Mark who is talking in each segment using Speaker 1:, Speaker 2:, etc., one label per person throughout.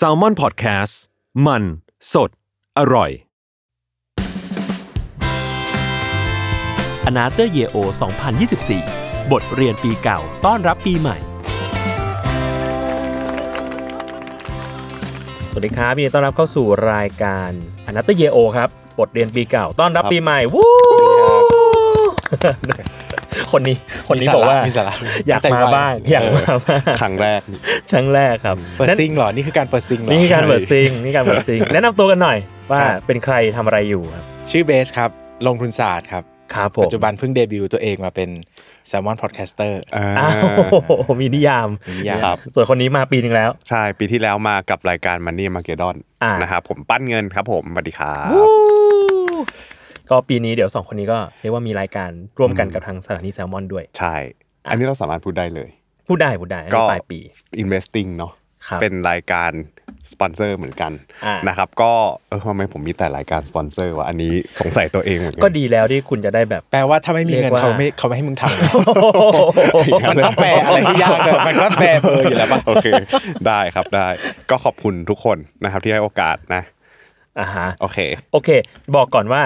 Speaker 1: s a l ม o n PODCAST มันสดอร่อย
Speaker 2: อนาเตอร์เยโอ2024 บทเรียนปีเก่าต้อนรับปีใหม่ สวัสดีครับยินดีต้อนรับเข้าสู่รายการอนาเตอร์เยโอครับ บทเรียนปีเก่าต้อนรับปีใหม่ วู้ คนนี้ คนนี้บอกว่า
Speaker 3: มีสาระ
Speaker 2: อยาก
Speaker 3: ใจ
Speaker 2: มา
Speaker 3: ไว
Speaker 2: บ้าง อยากมาบ้าง
Speaker 3: ครั้งแรก
Speaker 2: ชั้งแรกครับ
Speaker 3: เปิด
Speaker 2: นั่น
Speaker 3: ซิงเหรอ นี่คือการเปิดซิงเหรอ
Speaker 2: นี่คือการเปิดซิงนี่คือการเปิดซิง แนะนำตัวกันหน่อยว่าเป็นใครทำอะไรอยู่ครับ
Speaker 3: ชื่อเบสครับ ลงทุนศาสตร์ครับ
Speaker 2: ครับผม
Speaker 3: ปัจจุบันเพิ่งเดบิวต์ตัวเองมาเป็นแซมมอนพอดแคสเตอร์
Speaker 4: อ่า
Speaker 2: อ้าวมีนิยาม
Speaker 3: นิยาม
Speaker 4: ครับ
Speaker 2: ส่วนคนนี้มาปีหนึงแล้ว
Speaker 4: ใช่ปีที่แล้วมากับรายการมันนี่มาเกดอน
Speaker 2: อ่าน
Speaker 4: นะครับผมปั้นเงินครับผมสวัสดีครับ
Speaker 2: ก็ปีนี้เดี๋ยวสองคนนี้ก็เรียกว่ามีรายการร่วมกันกับทางสถานีแซลมอนด้วย
Speaker 4: ใช่ อันนี้เราสามารถพูดได้เลย
Speaker 2: พูดได้พูดได้อัน
Speaker 4: ก็
Speaker 2: นี้ปลายปี
Speaker 4: investing เนาะ
Speaker 2: ครับ
Speaker 4: เป็นรายการสปอนเซอร์เหมือนกัน
Speaker 2: อ่าน
Speaker 4: นะครับก็เออทำไมผมมีแต่รายการสปอนเซอร์วะอันนี้สงสัยตัวเองเหมือนกั
Speaker 2: ก็ดีแล้วที่คุณจะได้แบบ
Speaker 3: แปลว่าถ้าไม่มี
Speaker 2: เรี
Speaker 3: เงิน
Speaker 2: ยกว่า
Speaker 3: เขาไม่เขาไม่ให้มึงทำนะ
Speaker 4: มันต้องแปลอะไรที่ยากเลยมันก็แปลเบอร์อยู่แล้วป่ะโอเคได้ครับได้ ก็ขอบคุณทุกคนนะครับที่ให้โอกาสนะ
Speaker 2: อ่าฮะ
Speaker 4: โอเค
Speaker 2: โอเค บอกก่อนว่า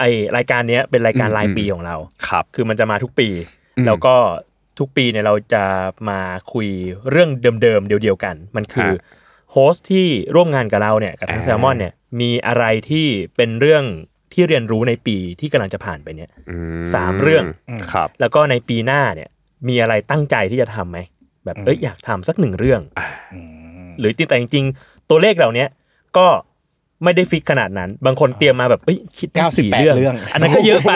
Speaker 2: ไอรายการเนี้ยเป็นรายการรายปีของเรา
Speaker 4: ครับ
Speaker 2: คือมันจะมาทุกปี
Speaker 4: อืม
Speaker 2: แล้วก็ทุกปีเนี่ยเราจะมาคุยเรื่องเดิมๆเดียวๆกัน มันคือ
Speaker 4: ฮะ
Speaker 2: โฮสต์ที่ร่วมงานกับเราเนี่ยกับทาง
Speaker 4: อ่า
Speaker 2: แซลมอนเนี่ยมีอะไรที่เป็นเรื่องที่เรียนรู้ในปีที่กำลังจะผ่านไปเนี่ย
Speaker 4: อื
Speaker 2: สามเรื่อง
Speaker 4: ครับ
Speaker 2: แล้วก็ในปีหน้าเนี่ยมีอะไรตั้งใจที่จะทำไหมแบบเอ้ยอยากทำสักหนึ่งเรื่อง หรือจริงแต่จริงๆตัวเลขเหล่าเนี้ยก็ไม่ได้ฟิกขนาดนั้น บางคนเตรียมมาแบบเอ้ยคิดได้
Speaker 3: เก้าสิบ
Speaker 2: สี่
Speaker 3: แปด
Speaker 2: เรื่อง
Speaker 3: เรื่อง
Speaker 2: อันนั้นก็เยอะไป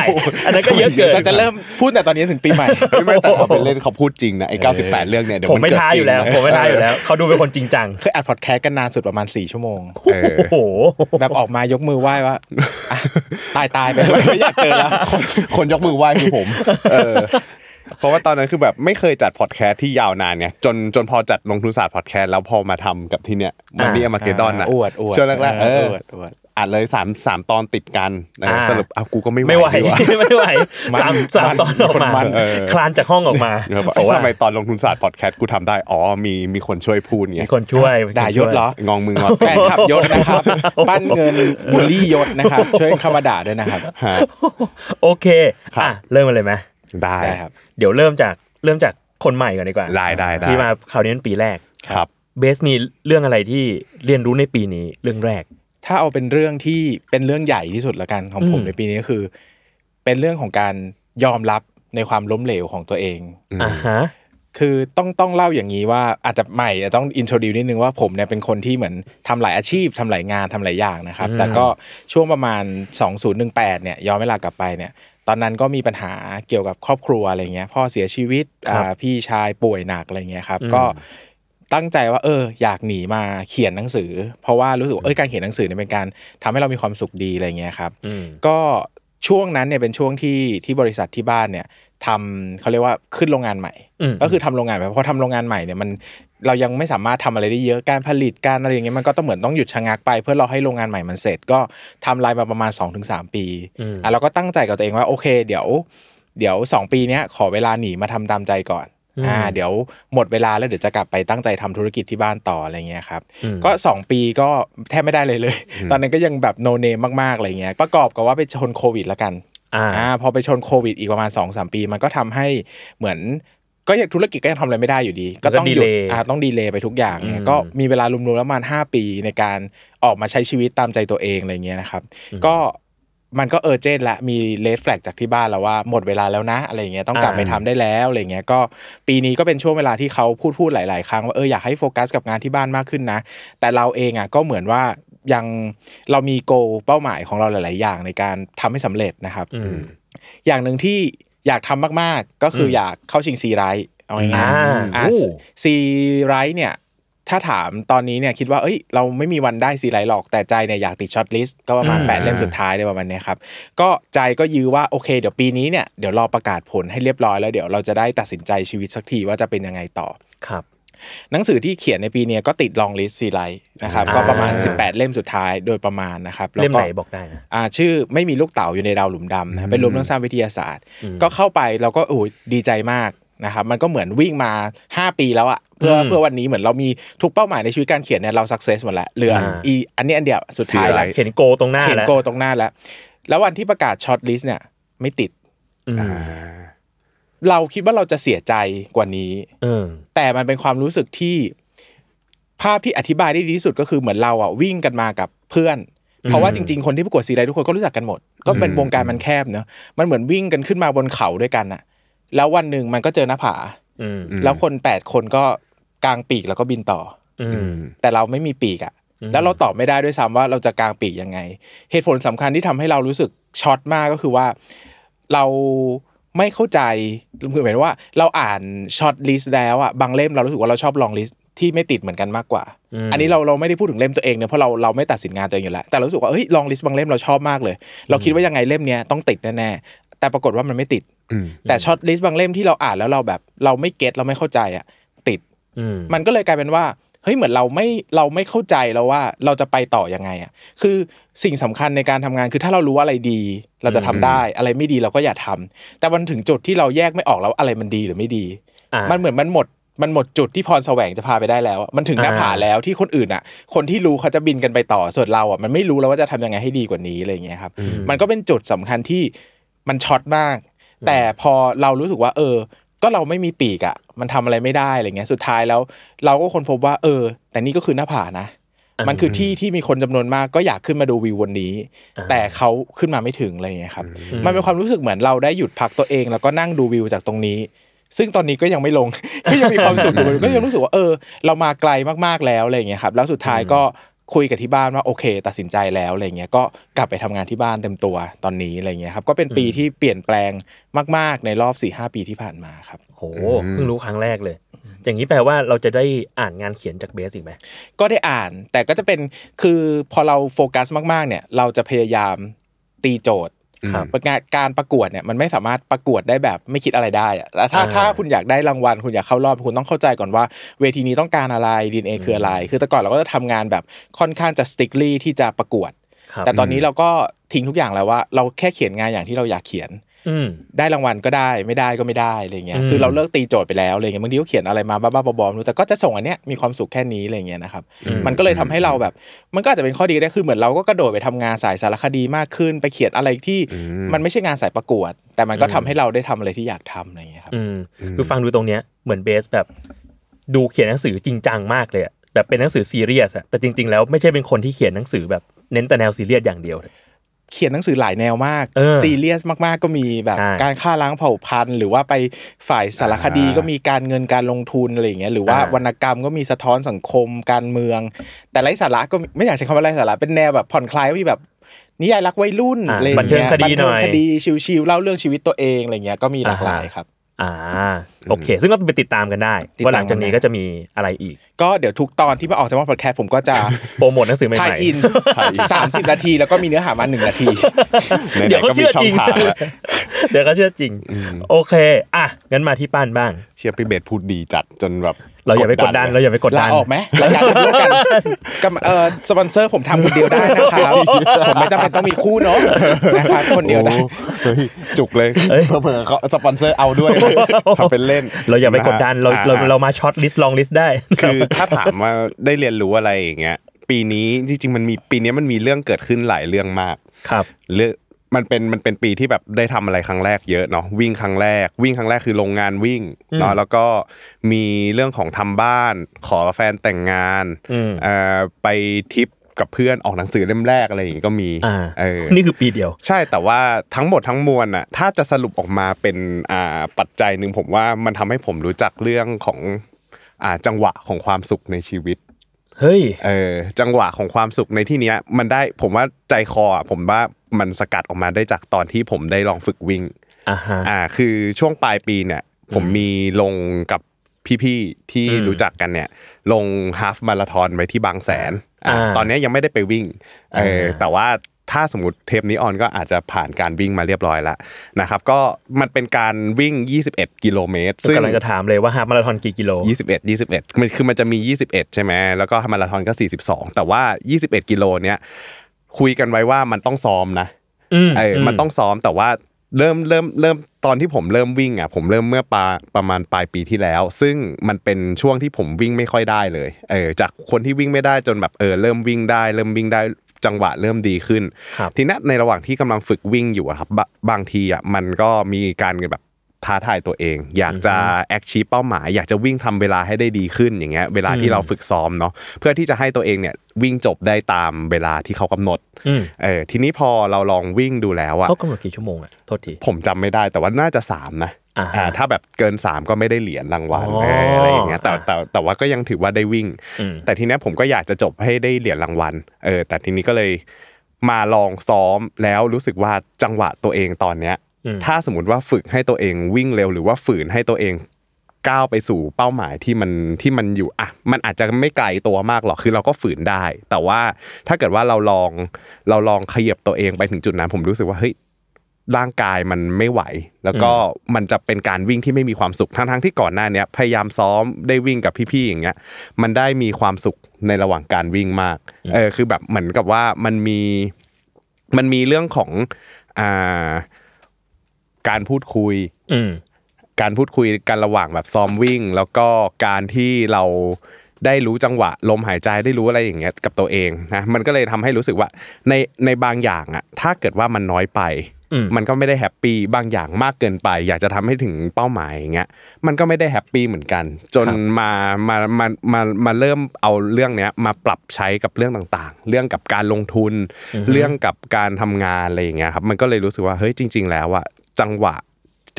Speaker 2: อันนั้นก็เยอะเกิน
Speaker 3: เราจะเริ่มพูดแต่ตอนนี้ถึงปีใหม่
Speaker 4: เฮ้ยไม่แต่เอาไปเล่นเขาพูดจริงนะไอ้98 เรื่องเนี่ยเดี๋ยว
Speaker 2: ผม
Speaker 4: น
Speaker 2: ไม่
Speaker 4: เกิด
Speaker 2: ท้าอยู่แล้ว
Speaker 4: จริงนะ
Speaker 2: ผมไม่ท้าอยู่แล้ว เขาดูเป็นคนจริงจัง
Speaker 3: เคยอัดพอดแคสต์กันนานสุดประมาณ 4 ชั่วโมง
Speaker 4: เออ
Speaker 2: โอ้โห
Speaker 3: แบบออกมายกมือไหว้ ว่าอ่ะตายตายไปไม่อยากเจอแล้ว
Speaker 4: คนคนยกมือไหว้คือผม เออ เพราะว่าตอนนั้นคือแบบไม่เคยจัดพอดแคสต์ที่ยาวนานเนี่ยจนจนพอจัดลงทุนศาสตร์พอดแคสต์แล้วพอมาทำกับที่เนี่ยมันนี่มาเกดอนนะ
Speaker 3: อ่าอวดอวด
Speaker 4: ช่วงแรกๆเออ
Speaker 3: วดอวด
Speaker 4: อัดเลยสามสามตอนติดกันนะ
Speaker 2: อ่า
Speaker 4: สรุปอ้าวกูก็ไม่
Speaker 2: ไม่ไหว
Speaker 4: ด ีะ
Speaker 2: ไม่ไหวสามสามตอนออกมา
Speaker 4: มันเออ
Speaker 2: คลานจากห้องออกมา
Speaker 4: แล้วแบบ
Speaker 2: บอ
Speaker 4: เอ้
Speaker 2: ก
Speaker 4: ย
Speaker 2: ว่า
Speaker 4: ทำไมตอนลงทุนศาสตร์พอดแคสต์กูทำได้อ๋อมีมีคนช่วยพูดไง
Speaker 2: มีคนช่วย
Speaker 3: ด่ายศเหรอ
Speaker 4: งองมืองอ
Speaker 3: แฟนขับยศนะครับ ปั้นเงินบูลลี่ยศนะครับ ช่วยเข้ามาด่าด้วยนะครับ
Speaker 4: ฮะ
Speaker 2: โอเค
Speaker 4: ครับ
Speaker 2: อ่ะ เริ่มกันเลยไหม
Speaker 4: ได้
Speaker 3: ได้ครับ
Speaker 2: เดี๋ยวเริ่มจากเริ่มจากคนใหม่ก่อนดีกว่า
Speaker 4: ได้ได้ได้
Speaker 2: ที่มาคราวนี้เป็นปีแรก
Speaker 4: ครับ
Speaker 2: เบสมีเรื่องอะไรที่เรียนรู้ในปีนี้เรื่องแรก
Speaker 3: ถ้าเอาเป็นเรื่องที่เป็นเรื่องใหญ่ที่สุดละกันของผม
Speaker 2: อืม
Speaker 3: ในปีนี้ก็คือ เป็นเรื่องของการยอมรับในความล้มเหลวของตัวเอง
Speaker 4: อืม
Speaker 2: อ่าฮะ
Speaker 3: คือต้องต้องเล่าอย่างนี้ว่าอาจจะใหม่อาจจะต้องอินโทรดิวนิดนึงว่าผมเนี่ยเป็นคนที่เหมือนทำหลายอาชีพทำหลายงานทำหลายอย่างนะครับ แต่ก็ช่วงประมาณ 2018เนี่ยย้อนเวลากลับไปเนี่ยตอนนั้นก็มีปัญหาเกี่ยวกับครอบครัวอะไรเงี้ยพ่อเสียชีวิต
Speaker 2: ครับ
Speaker 3: อ่าพี่ชายป่วยหนักอะไรเงี้ยครับก็ตั้งใจว่าเอออยากหนีมาเขียนหนังสือ เพราะว่ารู้สึกว่าเอยการเขียนหนังสือเนี่ยเป็นการทำให้เรามีความสุขดีอะไรเงี้ยครับ
Speaker 2: อืม
Speaker 3: ก็ช่วงนั้นเนี่ยเป็นช่วงที่ที่บริษัทที่บ้านเนี่ยทำเขาเรียกว่าขึ้นโรงงานใหม่
Speaker 2: อืม
Speaker 3: ก็คือทำโรงงานใหม่เพราะทำโรงงานใหม่เนี่ยมันเรายังไม่สามารถทำอะไรได้เยอะการผลิตการอะไรอย่างเงี้ยมันก็ต้องเหมือนต้องหยุดชะงักไป เพื่อรอให้โรงงานใหม่มันเสร็จก็ทำลายมาประมาณ 2-3 ปี
Speaker 2: อืม
Speaker 3: อ่ะเราก็ตั้งใจกับตัวเองว่าโอเค เดี๋ยว เดี๋ยว 2 ปีเนี้ยขอเวลาหนีมาทำตามใจก่อนอ่าเดี๋ยวหมดเวลาแล้วเดี๋ยวจะกลับไปตั้งใจทำธุรกิจที่บ้านต่ออะไรเงี้ยครับ ก็ 2 ปีก็แทบไม่ได้เลยเลย ตอนนั้นก็ยังแบบโนเนมมากๆอะไรเงี้ยประกอบกับว่าไปชนโควิดละกัน
Speaker 2: อ่า
Speaker 3: อ่าพอไปชนโควิดอีกประมาณ2อสปี มันก็ทำให้เหมือนก็ยังธุรกิจก็ยังทำอะไรไม่ได้อยู่ดี ก็ต้องหยุด
Speaker 2: delay
Speaker 3: อ่าต้องดีเลย์ไปทุกอย่างเนี่
Speaker 2: อื
Speaker 3: ย
Speaker 2: ม
Speaker 3: ก็มีเวลารวมๆแล้วประมาณ5ปีในการออกมาใช้ชีวิตตามใจตัวเองอะไรเงี้ยนะครับ ก็มันก็เออเจนละมีเลดแฟลกจากที่บ้านแล้วว่าหมดเวลาแล้วนะอะไรเงี้ยต้องกลับไปทำได้แล้วอะไรเงี้ยก็ปีนี้ก็เป็นช่วงเวลาที่เขาพูดพูดหลาย ๆ ครั้งว่าเอออยากให้โฟกัสกับงานที่บ้านมากขึ้นนะ แต่เราเองอ่ะก็เหมือนว่ายังเรามีโกเป้าหมายของเราหลาย ๆ อย่างในการทำให้สำเร็จนะครับ
Speaker 2: อืม
Speaker 3: อย่างหนึ่งที่อยากทำมาก ๆ ก็คือออยากเข้าชิงซีไรท์เอาง่าย
Speaker 2: อ่า
Speaker 3: ๆอ่ะ
Speaker 2: โอ้
Speaker 3: ซีไรท์เนี่ย ถ้าถามตอนนี้เนี่ยคิดว่าเอ้ย เราไม่มีวันได้ซีไรท์หรอกแต่ใจเนี่ยอยากติดช็อตลิสต์ก็ประมาณ
Speaker 2: อืม
Speaker 3: 8 เล่มสุดท้ายเลยประมาณเนี้ยครับ ก็ใจก็ยื้อว่าโอเค เดี๋ยวปีนี้เนี่ยเดี๋ยวรอประกาศผลให้เรียบร้อยแล้วเดี๋ยวเราจะได้ตัดสินใจชีวิตสักทีว่าจะเป็นยังไงต่อ
Speaker 2: ครับ
Speaker 3: หนังสือที่เขียนในปีเนี้ยก็ติดลองลิสต์ซีไรท์นะครับก็ประมาณ
Speaker 2: อ่า
Speaker 3: 18 เล่มสุดท้ายโดยประมาณนะครับแล้วก็
Speaker 2: เล่มไหนบอกได้นะ
Speaker 3: อ่าชื่อไม่มีลูกเต๋าอยู่ในดาวหลุมดำนะเป็นรวมเรื่องสร้างวิทยาศาสตร์ ก็เข้าไปเราก็โอ้ยดีใจมาก นะครับมันก็เหมือนวิ่งมา 5 ปีแล้วอะเพื่อ
Speaker 2: ม
Speaker 3: เพื่อวันนี้เหมือนเรามีทุกเป้าหมายในชีวิตการเขียนเนี่ยเราสักเซสหมดแล้วเหลืออา อีอันนี้อันเดียวสุดท้ายแล้ว
Speaker 2: เห็นโกตรงหน้า
Speaker 3: เห็น
Speaker 2: แล้ว
Speaker 3: โกตรงหน้าแล้ว แล้ววันที่ประกาศช็อตลิสต์เนี่ย ไม่ติด
Speaker 2: อืม
Speaker 3: เราคิดว่าเราจะเสียใจกว่านี้
Speaker 2: เออ
Speaker 3: แต่มันเป็นความรู้สึกที่ภาพที่อธิบายได้ดีที่สุดก็คือเหมือนเราอ่ะวิ่งกันมากับเพื่อน เพราะว่าจริงๆ คนที่ประกวดซีไรทุกคนก็รู้จักกันหมด ก็เป็นวงการมันแคบเนอะมันเหมือนวิ่งกันขึ้นมาบนเขาด้วยกันอะแล้ววันหนึ่งมันก็เจอหน้าผา
Speaker 2: อืม
Speaker 3: แล้วคนแปดคนก็กางปีกแล้วก็บินต่อ
Speaker 2: อืม
Speaker 3: แต่เราไม่มีปีกอะแล้วเราตอบไม่ได้ด้วยซ้ำว่าเราจะกางปีกยังไง เหตุผลสำคัญที่ทำให้เรารู้สึกช็อตมากก็คือว่าเราไม่เข้าใจเหมือนว่า เราอ่านช็อตลิสต์แล้วอะบางเล่มเรารู้สึกว่าเราชอบลองลิสต์ที่ไม่ติดเหมือนกันมากกว่า
Speaker 2: อืม
Speaker 3: อันนี้เราเราไม่ได้พูดถึงเล่มตัวเองเนอะเพราะเราเราไม่ตัดสินงานตัวเองอยู่แล้วแต่เรารู้สึกว่าเฮ้ยลองลิสต์บางเล่มเราชอบมากเลย เราคิดว่ายังไงเล่มเนี้ยต้องติดแน่ๆแต่ปรากฏว่ามันไม่ติด
Speaker 4: อืม
Speaker 3: แต่ช็อตลิสต์บางเล่มที่เราอ่านแล้วเราแบบ เราไม่เก็ตเราไม่เข้าใจอะติด
Speaker 2: อืม
Speaker 3: มันก็เลยกลายเป็นว่าเฮ้ยเหมือนเราไม่เราไม่เข้าใจแล้วว่าเราจะไปต่อยังไงอ่ะคือสิ่งสำคัญในการทำงานคือถ้าเรารู้ว่าอะไรดี เราจะทำได้ อะไรไม่ดีเราก็อย่าทำแต่มันถึงจุดที่เราแยกไม่ออกแล้วอะไรมันดีหรือไม่ดี
Speaker 2: อ่ามั
Speaker 3: มันเหมือนมันหมดมันหมดจุดที่พรแสวงจะพาไปได้แล้วอะมันถึงหน้า
Speaker 2: อ่า
Speaker 3: ผาแล้วที่คนอื่นอ่ะ คนที่รู้เขาจะบินกันไปต่อส่วนเราอ่ะมันไม่รู้แล้วว่าจะทำยังไงให้ดีกว่านี้อะไรอย่างเงี้ยครับมันก็เป็นจุดสำคัญที่มันช็อตมาก แต่พอเรารู้สึกว่า เออ ก็เราไม่มีปีกอ่ะ มันทำอะไรไม่ได้อะไรเงี้ยสุดท้ายแล้ว เราก็คนพบว่า เออ แต่นี่ก็คือหน้าผานะ มันคือที่ที่มีคนจำนวนมากก็อยากขึ้นมาดูวิววันนี้ แต่เขาขึ้นมาไม่ถึงอะไรเงี้ยครับ มันเป็นความรู้สึกเหมือนเราได้หยุดพักตัวเอง แล้วก็นั่งดูวิวจากตรงนี้ ซึ่งตอนนี้ก็ยังไม่ลง ก็ยังมีความสุขอยู่ก็ยังรู้สึกว่าเออ เรามาไกลมากๆแล้วอะไรเงี้ยครับแล้วสุดท้ายก็คุยกับที่บ้านว่าโอเค ตัดสินใจแล้วอะไรเงี้ยก็กลับไปทำงานที่บ้านเต็มตัวตอนนี้อะไรเงี้ยครับก็เป็นปีที่เปลี่ยนแปลงมาก ๆในรอบ4ี่หปีที่ผ่านมาครับ
Speaker 2: โหเพิ่งรู้ครั้งแรกเลย อย่างนี้แปลว่าเราจะได้อ่านงานเขียนจากเบสอีกไหม
Speaker 3: ก็ได้อ่านแต่ก็จะเป็นคือพอเราโฟกัสมากๆเนี่ยเราจะพยายามตีโจทย์
Speaker 2: ครับ
Speaker 3: งานการประกวดเนี่ยมันไม่สามารถประกวดได้แบบไม่คิดอะไรได้อะแล้วถ้า
Speaker 2: อ่า
Speaker 3: ถ้าคุณอยากได้รางวัล คุณอยากเข้ารอบคุณต้องเข้าใจก่อนว่าเวทีนี้ต้องการอะไรดีเอคืออะไร คือแต่ก่อนเราก็จะทำงานแบบค่อนข้างจะสติ๊กลี่ที่จะประกวด
Speaker 2: ครับ
Speaker 3: แต่ตอนนี้เราก็ทิ้งทุกอย่างแล้วว่า เราแค่เขียนงานอย่างที่เราอยากเขียน
Speaker 2: อืม
Speaker 3: ได้รางวัลก็ได้ไม่ได้ก็ไม่ได้อะไรเงี้ย
Speaker 2: อืม
Speaker 3: คือเราเลิกตีโจทย์ไปแล้วอะไรเงี้ยบางทีก็เขียนอะไรมาบ้าๆบอๆไม่รู้แต่ก็จะส่งอันเนี้ยมีความสุขแค่นี้อะไรเงี้ยนะครับมันก็เลยทำให้เราแบบ มันก็อาจจะเป็นข้อดีก็ได้คือเหมือนเราก็กระโดดไปทำงานสายสารคดีมากขึ้น ไปเขียนอะไรที่มันไม่ใช่งานสายประกวด แต่มันก็ทำให้เราได้ทำอะไรที่อยากทำอะไรเงี้ยครับ
Speaker 2: อืมคือฟังดูตรงเนี้ยเหมือนเบสแบบ ดูเขียนหนังสือจริงจังมากเลยอะแบบเป็นหนังสือซีเรียสอะแต่จริง ๆ แล้วไม่ใช่เป็นคนที่เขียนหนังสือแบบเน้นแต่แนวซีเรียสอย่างเดียวเลย
Speaker 3: เขียนหนังสือหลายแนวมาก
Speaker 2: เออ
Speaker 3: ซีเรียสมากๆก็มีแบบ
Speaker 2: ใช่
Speaker 3: การฆ่าล้างเผ่าพันธุ์ หรือว่าไปฝ่ายสารคดีก็มีการเงินการลงทุนอะไรอย่างเงี้ยหรือว่า
Speaker 2: อ่าว
Speaker 3: รรณกรรมก็มีสะท้อนสังคมการเมือง แต่ไร้สาระก็มีไม่อยากใช้คำว่าไร้สาระเป็นแนวแบบผ่อนคลายก็มีแบบนิยายรักวัยรุ่น
Speaker 2: อ่า
Speaker 3: อะไรอย่าง
Speaker 2: บันเทิ
Speaker 3: เงี้
Speaker 2: ง
Speaker 3: ย
Speaker 2: คดีหน่อย
Speaker 3: คดีชิวๆเล่าเรื่องชีวิตตัวเองอะไรเงี้ยก็มีหลากหลาย
Speaker 2: อ่าฮะ
Speaker 3: ครับ
Speaker 2: อ่า โอเค ซึ่งก็ไปติดตามกันได้
Speaker 3: ติดตาม
Speaker 2: ว่าหลังจากนี้ก็จะมีอะไรอีก
Speaker 3: ก็เดี๋ยวทุกตอนที่มาออกจากมอพอดแคสต์ผมก็จะ
Speaker 2: โปรโมทหนังสือใหม่ๆ
Speaker 3: ทายอิน สามสิบนาที แล้วก็มีเนื้อหามาหนึ่งนาที
Speaker 4: ไหนๆ
Speaker 2: เดี๋ยวเขาเชื่อจริง
Speaker 4: ก็มีช่องทางแล้ว
Speaker 2: เดี๋ยวเขาเชื่อจริง โอเค อ่ะ งั้นมาที่ป้านบ้าง
Speaker 4: เชียร์พี่เบสพูดดีจัดจนแบบ
Speaker 2: เราอย่าไปกดดัน เราอย่าไปกดดั
Speaker 3: ลาน ออกไหมรายการร่วมกันกับเอ่อสปอนเซอร์ผมทำคนเดียวได้นะครับ ผมไม่จำเป็นต้องมีคู่เนาะนะครับคนเดียวได้
Speaker 4: โอ้เฮ้ยจุกเลยเผื่อๆเขาสปอนเซอร์เอาด้วย ทำเป็นเล่น
Speaker 2: เราอย่าไปกดดัน เรา
Speaker 4: อ่
Speaker 2: เรา
Speaker 4: อ่
Speaker 2: เรามาช็อตลิสต์ลองลิสต์ได้
Speaker 4: คือถ้าถามว่าได้เรียนรู้อะไรอย่างเงี้ยปีนี้จริงๆมันมีปีนี้มันมีเรื่องเกิดขึ้นหลายเรื่องมาก
Speaker 2: ครับ
Speaker 4: เรื่องมันเป็นมันเป็นปีที่แบบได้ทำอะไรครั้งแรกเยอะเนาะวิ่งครั้งแรก วิ่งครั้งแรกคือโรงงานวิ่งเนาะแล้วก็มีเรื่องของทำบ้าน ขอแฟนแต่งงาน
Speaker 2: อืม
Speaker 4: เอ่อไปทริปกับเพื่อนออกหนังสือเล่มแรกอะไรอย่างงี้ก็มี
Speaker 2: อ่า
Speaker 4: เออ
Speaker 2: นี่คือปีเดียว
Speaker 4: ใช่แต่ว่าทั้งหมดทั้งมวลน่ะถ้าจะสรุปออกมาเป็นอ่าปัจจัยหนึ่งผมว่ามันทำให้ผมรู้จักเรื่องของอ่าจังหวะของความสุขในชีวิต
Speaker 2: เฮ้ย
Speaker 4: เออจังหวะของความสุขในที่เนี้ยมันได้ผมว่าใจคออ่ะผมว่ามันสกัดออกมาได้จากตอนที่ผมได้ลองฝึกวิ่ง
Speaker 2: อ่าฮะ
Speaker 4: อ่าคือช่วงปลายปีเนี่ยผมมีลงกับพี่ๆที่
Speaker 2: อืม
Speaker 4: รู้จักกันเนี่ยลงฮาฟมาราธอนไว้ที่บางแสนอ่า
Speaker 2: อ่า
Speaker 4: ตอนเนี้ยยังไม่ได้ไปวิ่งเอออา แต่ว่าถ้าสมมติเทปนี้ออนก็อาจจะผ่านการวิ่งมาเรียบร้อยแล้วนะครับก็มันเป็นการวิ่ง 21 กิโลเมตร
Speaker 2: กำลังจะถามเลยว่าฮามาราธอนกี่กิโล
Speaker 4: 21 21มันคือมันจะมี 21 ใช่ไหมแล้วก็มาราธอนก็ 42 แต่ว่า 21 กิโลเนี้ยคุยกันไว้ว่ามันต้องซ้อมนะ
Speaker 2: อืม
Speaker 4: เอออ
Speaker 2: ม
Speaker 4: มันต้องซ้อมแต่ว่าเริ่มเริ่มเริ่ม ตอนที่ผมเริ่มวิ่งอ่ะผมเริ่มเมื่อปาประมาณปลายปีที่แล้ว ซึ่งมันเป็นช่วงที่ผมวิ่งไม่ค่อยได้เลยเออจากคนที่วิ่งไม่ได้จนแบบเออเริ่มวิ่งได้ เริ่มวิ่งได้จังหวะเริ่มดีขึ้น
Speaker 2: ครับ
Speaker 4: ทีนี้ในระหว่างที่กำลังฝึกวิ่งอยู่อะครับบะบางทีอ่ะมันก็มีการแบบท้าทายตัวเอง อยากจะแอคชีพเป้าหมาย อยากจะวิ่งทำเวลาให้ได้ดีขึ้นอย่างเงี้ยเวลาที่เราฝึกซ้อมเนาะเพื่อที่จะให้ตัวเองเนี่ยวิ่งจบได้ตามเวลาที่เขากำหนด
Speaker 2: อืม
Speaker 4: เออทีนี้พอเราลองวิ่งดูแล้วอะ
Speaker 2: เขากำหนดกี่ชั่วโมงอ่ะโทษที
Speaker 4: ผมจำไม่ได้แต่ว่าน่าจะ 3 นะ
Speaker 2: อ่าฮะ
Speaker 4: อ่าถ้าแบบเกิน 3 ก็ไม่ได้เหรียญรางวัล
Speaker 2: อ๋อ
Speaker 4: เอออะไรอย่างเงี้ยแต่
Speaker 2: อ่า
Speaker 4: แต่แต่ว่าก็ยังถือว่าได้วิ่ง
Speaker 2: อืม
Speaker 4: แต่ทีเนี้ยผมก็อยากจะจบให้ได้เหรียญรางวัลเออแต่ทีนี้ก็เลยมาลองซ้อมแล้วรู้สึกว่าจังหวะตัวเองตอนเนี้ย
Speaker 2: อืม
Speaker 4: ถ้าสมมติว่าฝึกให้ตัวเองวิ่งเร็ว หรือว่าฝืนให้ตัวเองก้าวไปสู่เป้าหมายที่มันที่มันอยู่อ่ะมันอาจจะไม่ไกลตัวมากหรอกคือเราก็ฝืนได้ แต่ว่าถ้าเกิดว่าเราลองเราลองขยับตัวเองไปถึงจุดนั้น ผมรู้สึกว่าเฮ้ย ร่างกายมันไม่ไหว แล้วก็มันจะเป็นการวิ่งที่ไม่มีความสุขทั้งทั้งๆที่ก่อนหน้าเนี้ยพยายามซ้อมได้วิ่งกับพี่ๆอย่างเงี้ย มันได้มีความสุขในระหว่างการวิ่งมากเออคือแบบเหมือนกับว่ามันมีมันมีเรื่องของอ่าการพูดคุย
Speaker 2: อืม
Speaker 4: การพูดคุยกันระหว่างแบบซ้อมวิ่ง แล้วก็การที่เราได้รู้จังหวะลมหายใจได้รู้อะไรอย่างเงี้ยกับตัวเองนะมันก็เลยทำให้รู้สึกว่าในในบางอย่างอะถ้าเกิดว่ามันน้อยไป
Speaker 2: อืม
Speaker 4: มันก็ไม่ได้แฮปปี้บางอย่างมากเกินไป อยากจะทำให้ถึงเป้าหมายอย่างเงี้ยมันก็ไม่ได้แฮปปี้เหมือนกัน จนมามามามามาเริ่มเอาเรื่องเนี้ยมาปรับใช้กับเรื่องต่างๆ เรื่องกับการลงทุน เรื่องกับการทำงานอะไรอย่างเงี้ยครับมันก็เลยรู้สึกว่าเฮ้ยจริง ๆ แล้วอะจังหวะ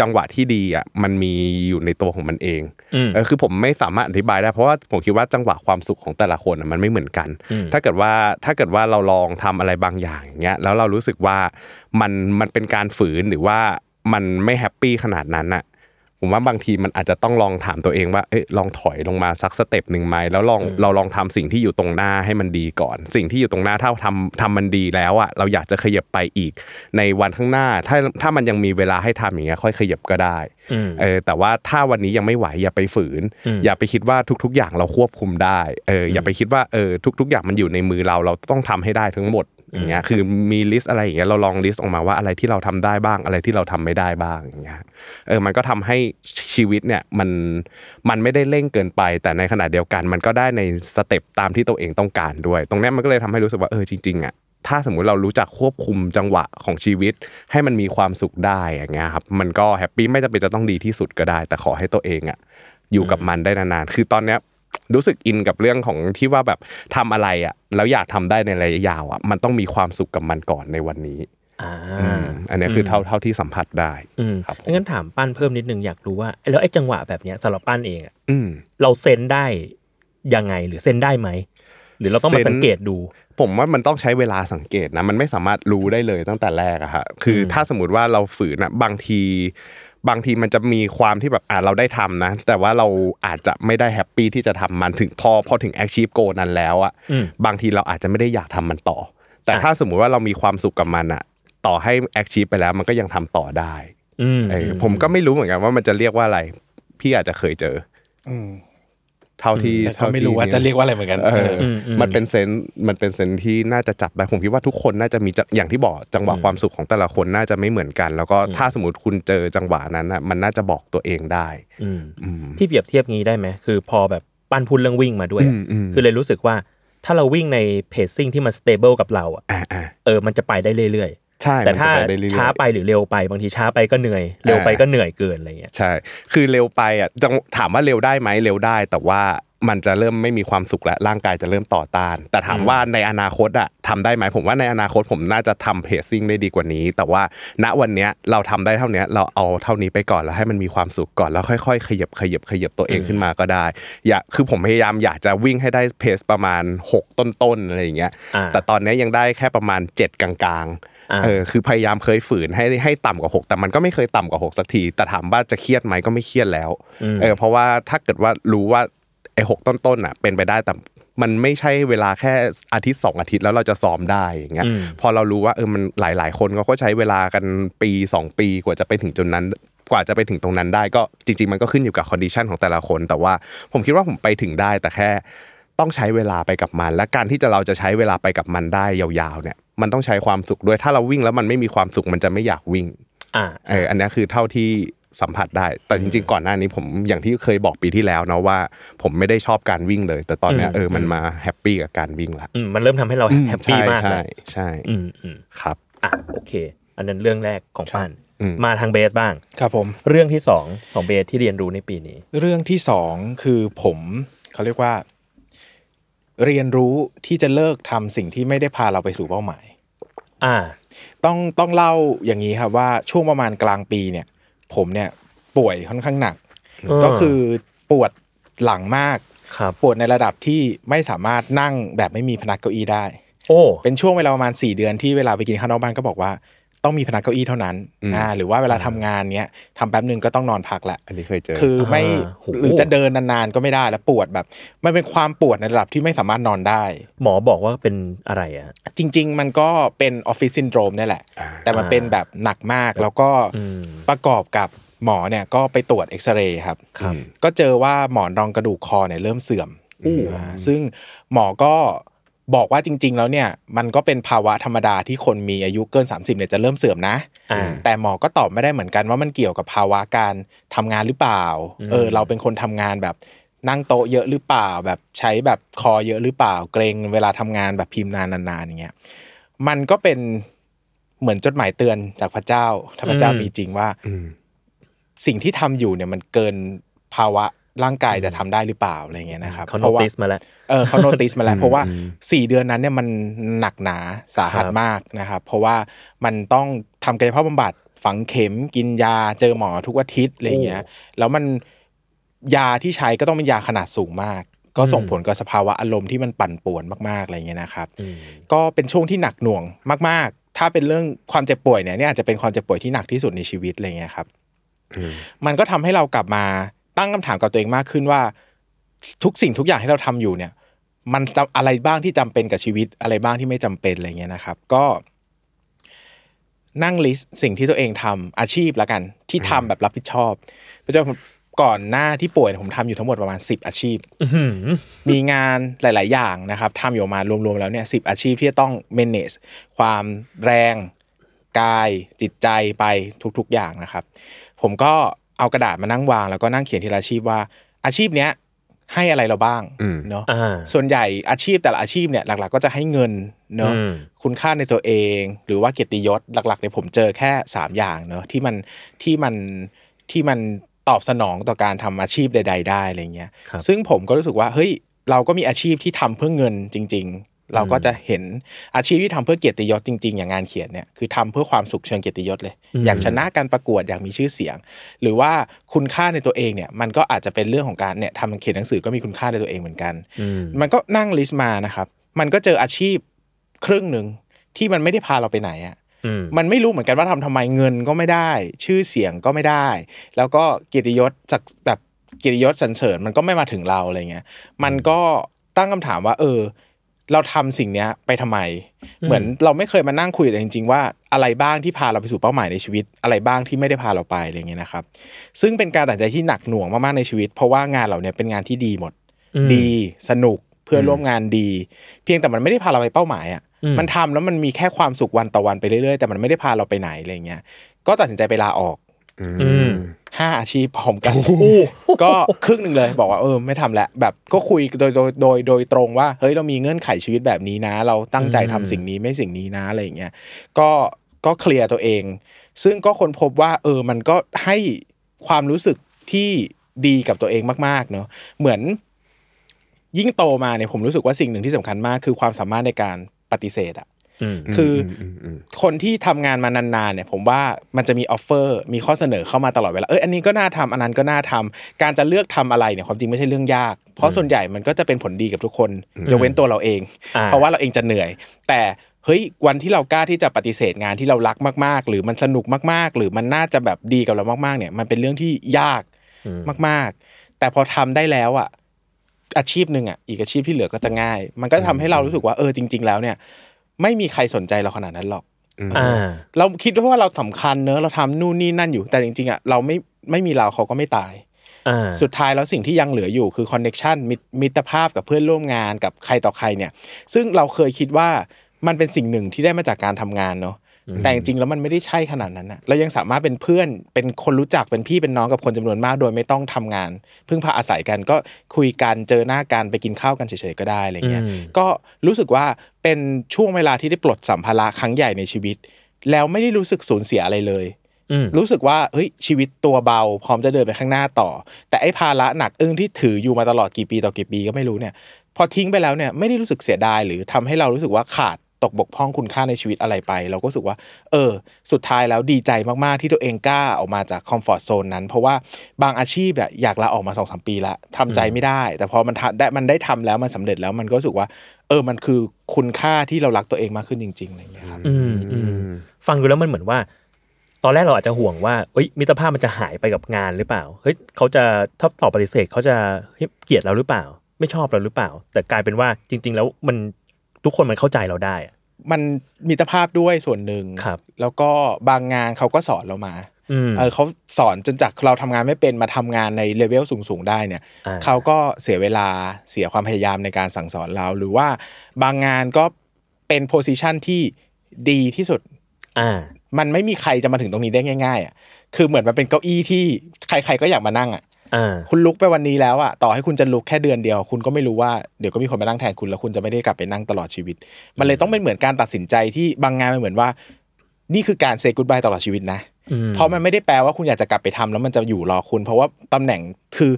Speaker 4: จังหวะที่ดีอ่ะมันมีอยู่ในตัวของมันเอง
Speaker 2: อืม
Speaker 4: เออคือผมไม่สามารถอธิบายได้เพราะว่าผมคิดว่าจังหวะความสุขของแต่ละคนอะมันไม่เหมือนกัน
Speaker 2: อืม
Speaker 4: ถ้าเกิดว่าถ้าเกิดว่าเราลองทำอะไรบางอย่างอย่างเงี้ยแล้วเรารู้สึกว่ามันมันเป็นการฝืนหรือว่ามันไม่แฮปปี้ขนาดนั้นอ่ะผมว่าบางทีมันอาจจะต้องลองถามตัวเองว่าเอ้ยลองถอยลงมาสักสเต็ปหนึ่งไหมแล้วลองเราลองทำสิ่งที่อยู่ตรงหน้าให้มันดีก่อน สิ่งที่อยู่ตรงหน้าถ้าทำทำมันดีแล้วอ่ะเราอยากจะขยับไปอีก ในวันข้างหน้าถ้าถ้ามันยังมีเวลาให้ทำอย่างเงี้ยค่อยขยับก็ได้
Speaker 2: อืม
Speaker 4: เออแต่ว่าถ้าวันนี้ยังไม่ไหวอย่าไปฝืน
Speaker 2: อืม
Speaker 4: อย่าไปคิดว่าทุก ๆ อย่างเราควบคุมได้เอออย่าไปคิดว่าเออทุก ๆ อย่างมันอยู่ในมือเราเราต้องทำให้ได้ทั้งหมดอย่างเงี้ยคือมีลิสต์อะไรอย่างเงี้ยเราลองลิสต์ออกมาว่าอะไรที่เราทำได้บ้างอะไรที่เราทำไม่ได้บ้างอย่างเงี้ยเออมันก็ทำให้ชีวิตเนี่ยมันมันไม่ได้เร่งเกินไป แต่ในขณะเดียวกัน มันก็ได้ในสเต็ปตามที่ตัวเองต้องการด้วย ตรงเนี้ยมันก็เลยทำให้รู้สึกว่าเออจริงๆอ่ะ ถ้าสมมุติเรารู้จักควบคุมจังหวะของชีวิต ให้มันมีความสุขได้อย่างเงี้ยครับมันก็แฮปปี้ไม่จำเป็นจะต้องดีที่สุดก็ได้ แต่ขอให้ตัวเองอ่ะอยู่กับมันได้นานๆคือตอนเนี้ยรู้สึกอินกับเรื่องของที่ว่าแบบทำอะไรอ่ะแล้วอยากทำได้ในระยะยาวอ่ะมันต้องมีความสุขกับมันก่อนในวันนี้
Speaker 2: อ่า
Speaker 4: อืมอันเนี้ยคือเท่าเท่าที่สัมผัสได้
Speaker 2: อืม
Speaker 4: ครับผม
Speaker 2: งั้นถามปั้นเพิ่มนิดนึงอยากรู้ว่าเอ้ยแล้วไอ้จังหวะแบบเนี้ยสำหรับปั้นเองอะ
Speaker 4: อืม
Speaker 2: เราเซนได้ยังไงหรือเซนได้ไหม หรือเราต้องมา
Speaker 4: เซน
Speaker 2: สังเกตดู
Speaker 4: ผมว่ามันต้องใช้เวลาสังเกตนะมันไม่สามารถรู้ได้เลยตั้งแต่แรกอะฮะคือถ้าสมมติว่าเราฝืนอะบางที บางทีมันจะมีความที่แบบอ่าเราได้ทำนะ แต่ว่าเราอาจจะไม่ได้แฮปปี้ที่จะทำมันถึงพอพอถึงแอคชีพโกนั้นแล้วอะ
Speaker 2: อืม
Speaker 4: บางทีเราอาจจะไม่ได้อยากทำมันต่อ แต่
Speaker 2: อ่ะ
Speaker 4: ถ้าสมมุติว่าเรามีความสุขกับมันอะต่อให้แอคชีพไปแล้วมันก็ยังทำต่อได้
Speaker 2: อืม
Speaker 4: เออผมก็ไม่รู้เหมือนกันว่ามันจะเรียกว่าอะไร พี่อาจจะเคยเจอ
Speaker 3: อืม
Speaker 4: เท่าที่
Speaker 3: แต่ก็
Speaker 4: เท่ที่
Speaker 3: ไม่รู้ว่า
Speaker 4: เนี่ย
Speaker 3: จะเรียกว่าอะไรเหมือนกัน
Speaker 4: เอ
Speaker 3: เอ
Speaker 4: อ
Speaker 3: อ
Speaker 4: อมันเป็นเซนส์มันเป็นเซนส์ที่น่าจะจับได้ผมคิดว่าทุกคนน่าจะมีจังอย่างที่บอกจังหวะความสุขของแต่ละคนน่าจะไม่เหมือนกัน แล้วก็ถ้าสมมติคุณเจอจังหวะนั้นน่ะมันน่าจะบอกตัวเองได้
Speaker 2: อืม
Speaker 4: อืม
Speaker 2: พี่เปรียบเทียบงี้ได้ไหมคือพอแบบปั้นพูดเรื่องวิ่งมาด้วยอะ
Speaker 4: อืมอืม
Speaker 2: คือเลยรู้สึกว่าถ้าเราวิ่งในเพจซิ่งที่มันสเตเบิลกับเราอะ
Speaker 4: อ่าอ่า
Speaker 2: เออมันจะไปได้เรื่อย
Speaker 4: ใช่
Speaker 2: ๆ แต่
Speaker 4: มัน
Speaker 2: ถ้า
Speaker 4: จะไปได้เรื่อยๆ
Speaker 2: ช้าไปหรือเร็วไปบางทีช้าไปก็เหนื่อย เร็วไปก็เหนื่อยเกินอะไรเงี้ย
Speaker 4: ใช่ คือเร็วไปอ่ะจังถามว่าเร็วได้ไหมเร็วได้ แต่ว่ามันจะเริ่มไม่มีความสุขและร่างกายจะเริ่มต่อต้าน แต่ถามว่าในอนาคตอ่ะทำได้ไหมผมว่าในอนาคตผมน่าจะทำเพจซิ่งได้ดีกว่านี้ แต่ว่าณวันเนี้ยเราทำได้เท่าเนี้ยเราเอาเท่านี้ไปก่อนแล้วให้มันมีความสุขก่อนแล้วค่อยๆ ขยับขยับขยับตัวเองขึ้นมาก็ได้ อย่าคือผมพยายามอยากจะวิ่งให้ได้เพจประมาณ 6 ต้นๆอะไรอย่างเงี้ย
Speaker 2: อ่า
Speaker 4: แต่ตอนเนี้ยยังได้แค่ประมาณ 7 กลางๆ
Speaker 2: อ่า
Speaker 4: เออคือพยายามเคยฝืนให้ให้ต่ำกว่า 6 แต่มันก็ไม่เคยต่ำกว่า 6 สักที แต่ถามว่าจะเครียดไหมก็ไม่เครียดแล้วเออเพราะว่าถ้าเกิดว่ารู้ว่าไอ้หกต้นๆน่ะเป็นไปได้แต่มันไม่ใช่เวลาแค่อาทิตย์ 2 อาทิตย์แล้วเราจะซ้อมได้อย่างเงี้ย
Speaker 2: อืม
Speaker 4: พอเรารู้ว่าเออมันหลาย ๆ คนเขาก็ใช้เวลากันปี 2 ปีกว่าจะไปถึงจุดนั้น กว่าจะไปถึงตรงนั้นได้ก็จริง ๆ มันก็ขึ้นอยู่กับคอนดิชันของแต่ละคน แต่ว่าผมคิดว่าผมไปถึงได้แต่แค่ ต้องใช้เวลาไปกับมัน และการที่จะเราจะใช้เวลาไปกับมันได้ยาวๆเนี่ย มันต้องใช้ความสุขด้วยถ้าเราวิ่งแล้วมันไม่มีความสุขมันจะไม่อยากวิ่ง
Speaker 2: อ่า
Speaker 4: เอออันนี้คือเท่าที่สัมผัสได้ แต่จริงๆ ก่อนหน้านี้ผมอย่างที่เคยบอกปีที่แล้วเนาะว่า ผมไม่ได้ชอบการวิ่งเลย แต่ตอนเนี้ย
Speaker 2: อืม
Speaker 4: เออมันมาแฮปปี้กับการวิ่งละ
Speaker 2: อืมมันเริ่มทำให้เราแฮปปี้
Speaker 4: ใช่
Speaker 2: มากเล
Speaker 4: ใช่
Speaker 2: ย
Speaker 4: ใช่
Speaker 2: อืมอืม
Speaker 4: ครับ
Speaker 2: อ่ะโอเค อันนั้นเรื่องแรกของพัน
Speaker 4: อืม
Speaker 2: มาทางเบสบ้าง
Speaker 3: ครับผม
Speaker 2: เรื่องที่สองของเบสที่เรียนรู้ในปีนี้
Speaker 3: เรื่องที่สองคือผมเขาเรียกว่า เรียนรู้ที่จะเลิกทำสิ่งที่ไม่ได้พาเราไปสู่เป้าหมาย
Speaker 2: อ่า
Speaker 3: ต้องต้องเล่าอย่างนี้ครับว่าช่วงประมาณกลางปีเนี่ย ผมเนี่ยป่วยค่อนข้างหนัก
Speaker 2: เออ
Speaker 3: ก็คือปวดหลังมาก
Speaker 2: ครับ
Speaker 3: ปวดในระดับที่ไม่สามารถนั่งแบบไม่มีพนักเก้าอี้ได้
Speaker 2: โอ้
Speaker 3: เป็นช่วงเวลาประมาณ 4 เดือนที่เวลาไปกินข้าวนอกบ้านก็บอกว่า ต้องมีพนักเก้าอี้เท่านั้น
Speaker 4: อืม
Speaker 3: อ่าหรือว่าเวลาทำงานเนี้ยทำแป๊บหนึ่งก็ต้องนอนพักละ
Speaker 4: อันนี้เคยเจอ
Speaker 3: คือไม่
Speaker 2: าโห
Speaker 3: หรือจะเดินนานๆก็ไม่ได้แล้วปวดแบบ มันเป็นความปวดในระดับที่ไม่สามารถนอนได้
Speaker 2: หมอบอกว่าเป็นอะไรอ่ะ
Speaker 3: จริง ๆ มันก็เป็นออฟฟิศซินโดรมเนี่ยแหละ แต่มัน
Speaker 2: อ่า
Speaker 3: เป็นแบบหนักมากแล้วก็
Speaker 2: อืม
Speaker 3: ประกอบกับหมอเนี่ยก็ไปตรวจเอ็กซเรย์ครับ
Speaker 2: ครับ
Speaker 3: ก็เจอว่าหมอนรองกระดูกคอเนี่ยเริ่มเสื่อมอ่าซึ่งหมอก็บอกว่าจริง ๆ แล้วเนี่ยมันก็เป็นภาวะธรรมดาที่คนมีอายุเกิน 30เนี่ยจะเริ่มเสื่อมนะ
Speaker 2: อ่า
Speaker 3: แต่หมอก็ตอบไม่ได้เหมือนกันว่ามันเกี่ยวกับภาวะการทำงานหรือเปล่า เออ เราเป็นคนทำงานแบบนั่งโต๊ะเยอะหรือเปล่า แบบใช้แบบคอเยอะหรือเปล่า เกรงเวลาทำงานแบบพิมพ์นานนานๆอย่างเงี้ย มันก็เป็นเหมือนจดหมายเตือนจากพระเจ้าถ้าพระเจ้า
Speaker 2: อืม
Speaker 3: มีจริงว่า
Speaker 4: อืม
Speaker 3: สิ่งที่ทำอยู่เนี่ยมันเกินภาวะร่างกายจะทำได้หรือเปล่าอะไรเงี้ยนะครับ
Speaker 2: เขา
Speaker 3: พ
Speaker 2: โน
Speaker 3: ระว่
Speaker 2: ติสมาแล้ว
Speaker 3: เออเขาโนติสมาแล้ว เพราะว่า
Speaker 4: อืม
Speaker 3: 4 เดือนนั้นเนี่ยมันหนักหนาสาหัส
Speaker 2: ครับ
Speaker 3: มากนะครับ เพราะว่ามันต้องทำกายภาพบำบัดฝังเข็มกินยาเจอหมอทุกอาทิตย์อะไรอย่างเงี้ยแล้วมันยาที่ใช้ก็ต้องเป็นยาขนาดสูงมาก ก็ส่งผลกับสภาวะอารมณ์ที่มันปั่นป่วนมากๆอะไรเงี้ยนะครับ
Speaker 2: อืม
Speaker 3: ก็เป็นช่วงที่หนักหน่วงมาก ๆ ถ้าเป็นเรื่องความเจ็บป่วยเนี่ยเนี่ยอาจจะเป็นความเจ็บป่วยที่หนักที่สุดในชีวิตอะไรเงี้ยครับ มันก็ทำให้เรากลับมาตั้งคำถามกับตัวเองมากขึ้นว่า ทุกสิ่งทุกอย่างที่เราทำอยู่เนี่ย มันจะอะไรบ้างที่จำเป็นกับชีวิตอะไรบ้างที่ไม่จำเป็นอะไรเงี้ยนะครับ ก็ นั่งลิสต์สิ่งที่ตัวเองทำอาชีพละกัน ที่ทำแบบรับผิดชอบเพราะฉะนั้นผมก่อนหน้าที่ป่วยเนี่ยผมทำอยู่ทั้งหมดประมาณ 10 อาชีพ
Speaker 2: อื้อหือ
Speaker 3: มีงานหลาย ๆ อย่างนะครับทำอยู่ประมารวม ๆ แล้วเนี่ยสิอาชีพที่จะต้อง manage ความแรงกายจิตใจไปทุก ๆ อย่างนะครับ ผมก็เอากระดาษมานั่งวาง แล้วก็นั่งเขียนทีละอาชีพว่า อาชีพเนี้ยให้อะไรเราบ้าง
Speaker 4: อืม
Speaker 3: เนาะ
Speaker 2: อ่า
Speaker 3: ส่วนใหญ่อาชีพแต่ละอาชีพเนี่ยหลัก ๆ ก็จะให้เงินเนาะ
Speaker 2: อืม
Speaker 3: คุณค่าในตัวเอง หรือว่าเกียรติยศหลัก ๆ เนี่ยผมเจอแค่ 3 อย่างเนาะที่มันที่มันที่มันตอบสนองต่อการทำอาชีพใด ๆ ได้อะไรเงี้ย
Speaker 2: ครับ
Speaker 3: ซึ่งผมก็รู้สึกว่าเฮ้ยเราก็มีอาชีพที่ทำเพื่อเงินจริง ๆ เราก็จะเห็นอาชีพที่ทำเพื่อเกียรติยศจริง ๆ อย่างงานเขียนเนี่ยคือทำเพื่อความสุขเชิงเกียรติยศเลย
Speaker 2: อืม
Speaker 3: อยากชนะการประกวดอยากมีชื่อเสียง หรือว่าคุณค่าในตัวเองเนี่ยมันก็อาจจะเป็นเรื่องของการเนี่ยทำเขียนหนังสือก็มีคุณค่าในตัวเองเหมือนกัน
Speaker 2: อืม
Speaker 3: มันก็นั่งลิสต์มานะครับ มันก็เจออาชีพครึ่งหนึ่งที่มันไม่ได้พาเราไปไหนอะ
Speaker 2: อืม
Speaker 3: มันไม่รู้เหมือนกันว่าทำทำไมเงินก็ไม่ได้ ชื่อเสียงก็ไม่ได้ แล้วก็เกียรติยศจากแบบเกียรติยศสรรเสริญมันก็ไม่มาถึงเราอะไรเงี้ยมันก็ตั้งคำถามว่า เออ เราทำสิ่งเนี้ยไปทำไม เหมือนเราไม่เคยมานั่งคุยกันจริง ๆ ว่าอะไรบ้างที่พาเราไปสู่เป้าหมายในชีวิต อะไรบ้างที่ไม่ได้พาเราไปอะไรเงี้ยนะครับ ซึ่งเป็นการตัดสินใจที่หนักหน่วงมากๆในชีวิต เพราะว่างานเหล่าเนี้ยเป็นงานที่ดีหมด
Speaker 2: อืม
Speaker 3: ดีสนุกเพื่อนร่วมงานดี เพียงแต่มันไม่ได้พาเราไปเป้าหมายอ่ะ
Speaker 2: อืม
Speaker 3: มันทำแล้วมันมีแค่ความสุขวันต่อวันไปเรื่อยๆ แต่มันไม่ได้พาเราไปไหนอะไรเงี้ย ก็ตัดสินใจไปลาออก
Speaker 2: อืม
Speaker 3: ห้าอาชีพพร้อมกัน ก็ครึ่งหนึ่งเลยบอกว่าเออไม่ทำแล้วแบบก็คุยโดยโดยโดยโดยตรงว่าเฮ้ยเรามีเงื่อนไขชีวิตแบบนี้นะ เราตั้งใจทำสิ่งนี้ไม่สิ่งนี้นะอะไรอย่างเงี้ยก็ก็เคลียร์ตัวเอง ซึ่งก็ค้นพบว่าเออมันก็ให้ความรู้สึกที่ดีกับตัวเองมากๆเนอะเหมือน ยิ่งโตมาเนี่ยผมรู้สึกว่าสิ่งหนึ่งที่สำคัญมาก คือความสามารถในการปฏิเสธอะ
Speaker 2: อืม
Speaker 3: คืออ
Speaker 4: มอืม
Speaker 3: คนที่ทำงานมานานๆเนี่ยผมว่ามันจะมีออฟเฟอร์มีข้อเสนอเข้ามาตลอดเวลาเอยอันนี้ก็น่าทำอันนั้นก็น่าทำการจะเลือกทำอะไรเนี่ยความจริงไม่ใช่เรื่องยาก เพราะส่วนใหญ่มันก็จะเป็นผลดีกับทุกคนยกเว้นตัวเราเอง
Speaker 2: อ่า
Speaker 3: เพราะว่าเราเองจะเหนื่อย แต่เฮ้ยวันที่เรากล้าที่จะปฏิเสธงานที่เรารักมาก ๆ หรือมันสนุกมากๆ หรือมันน่าจะแบบดีกับเรามากๆเนี่ยมันเป็นเรื่องที่ยากมากๆ แต่พอทำได้แล้วอ่ะอาชีพหนึ่งอ่ะอีกอาชีพที่เหลือก็จะง่าย มันก็ทำให้เรารู้สึกว่าเออจริง ๆ แล้วเนี่ยไม่มีใครสนใจเราขนาดนั้นหรอก
Speaker 2: อ่า
Speaker 3: เราคิดว่าเราสำคัญเนอะเราทำนู่นนี่นั่นอยู่แต่จริงๆอ่ะเราไม่ไม่มีเราเขาก็ไม่ตาย
Speaker 2: อ่า
Speaker 3: สุดท้ายแล้วสิ่งที่ยังเหลืออยู่คือคอนเน็ชันมิตรภาพกับเพื่อนร่วมงานกับใครต่อใครเนี่ย ซึ่งเราเคยคิดว่ามันเป็นสิ่งหนึ่งที่ได้มาจากการทำงานเนอะ แต่จริงๆแล้วมันไม่ได้ใช่ขนาดนั้นนะเรายังสามารถเป็นเพื่อนเป็นคนรู้จักเป็นพี่เป็นน้องกับคนจำนวนมาก โดยไม่ต้องทำงาน พึ่งพาอาศัยกันก็คุยกันเจอหน้ากันไปกินข้าวกันเฉยๆก็ได้อะไรเงี้ย
Speaker 2: อืม
Speaker 3: ก็รู้สึกว่าเป็นช่วงเวลาที่ได้ปลดสัมภาระครั้งใหญ่ในชีวิต แล้วไม่ได้รู้สึกสูญเสียอะไรเลย
Speaker 2: อืม
Speaker 3: รู้สึกว่าเฮ้ยชีวิตตัวเบา พร้อมจะเดินไปข้างหน้าต่อ แต่ไอ้ภาระหนักอึ้งที่ถืออยู่มาตลอดกี่ปีต่อกี่ปีก็ไม่รู้เนี่ย พอทิ้งไปแล้วเนี่ยไม่ได้รู้สึกเสียดายหรือทำให้เรารู้สึกว่าขาดตกบกพร่องคุณค่าในชีวิตอะไรไป เราก็รู้สึกว่า เออ สุดท้ายแล้วดีใจมากๆที่ตัวเองกล้าออกมาจากคอมฟอร์ทโซนนั้น เพราะว่าบางอาชีพอะอยากลาออกมาสองสามปีละทำใจไม่ได้ แต่พอมันทำได้มันได้ทำแล้วมันสำเร็จแล้วมันก็รู้สึกว่า เออมันคือคุณค่าที่เรารักตัวเองมากขึ้นจริงๆอะไรอย่างเงี้ยครับ
Speaker 2: อืมอืมฟังดูแล้วมันเหมือนว่า ตอนแรกเราอาจจะห่วงว่าเอ้ยมิตรภาพมันจะหายไปกับงานหรือเปล่าเฮ้ยเขาจะถ้าตอบปฏิเสธเขาจะเฮ้ยเกลียดเราหรือเปล่า ไม่ชอบเราหรือเปล่า แต่กลายเป็นว่าจริง ๆ แล้วมันทุกคนมันเข้าใจเราได้อะ
Speaker 3: มันมิตรภาพด้วยส่วนหนึ่ง
Speaker 2: ครับ
Speaker 3: แล้วก็บางงานเขาก็สอนเรามา
Speaker 2: อืม
Speaker 3: เออเขาสอนจนจากเราทำงานไม่เป็นมาทำงานในเลเวลสูงๆได้เนี่ย
Speaker 2: อ่า
Speaker 3: เขาก็เสียเวลาเสียความพยายามในการสั่งสอนเรา หรือว่าบางงานก็เป็นโพสิชันที่ดีที่สุด
Speaker 2: อ่า
Speaker 3: มันไม่มีใครจะมาถึงตรงนี้ได้ง่ายๆอ่ะคือเหมือนมันเป็นเก้าอี้ที่ใครๆก็อยากมานั่งอ่ะ
Speaker 2: อ่า
Speaker 3: คุณลุกไปวันนี้แล้วอะต่อให้คุณจะลุกแค่เดือนเดียว คุณก็ไม่รู้ว่าเดี๋ยวก็มีคนมานั่งแทนคุณแล้วคุณจะไม่ได้กลับไปนั่งตลอดชีวิต มันเลยต้องเป็นเหมือนการตัดสินใจที่บางงานมันเหมือนว่า นี่คือการเซ y g ก o ดบายตลอดชีวิตนะ เพราะมันไม่ได้แปลว่าคุณอยากจะกลับไปทำแล้วมันจะอยู่รอคุณ เพราะว่าตำแหน่งคือ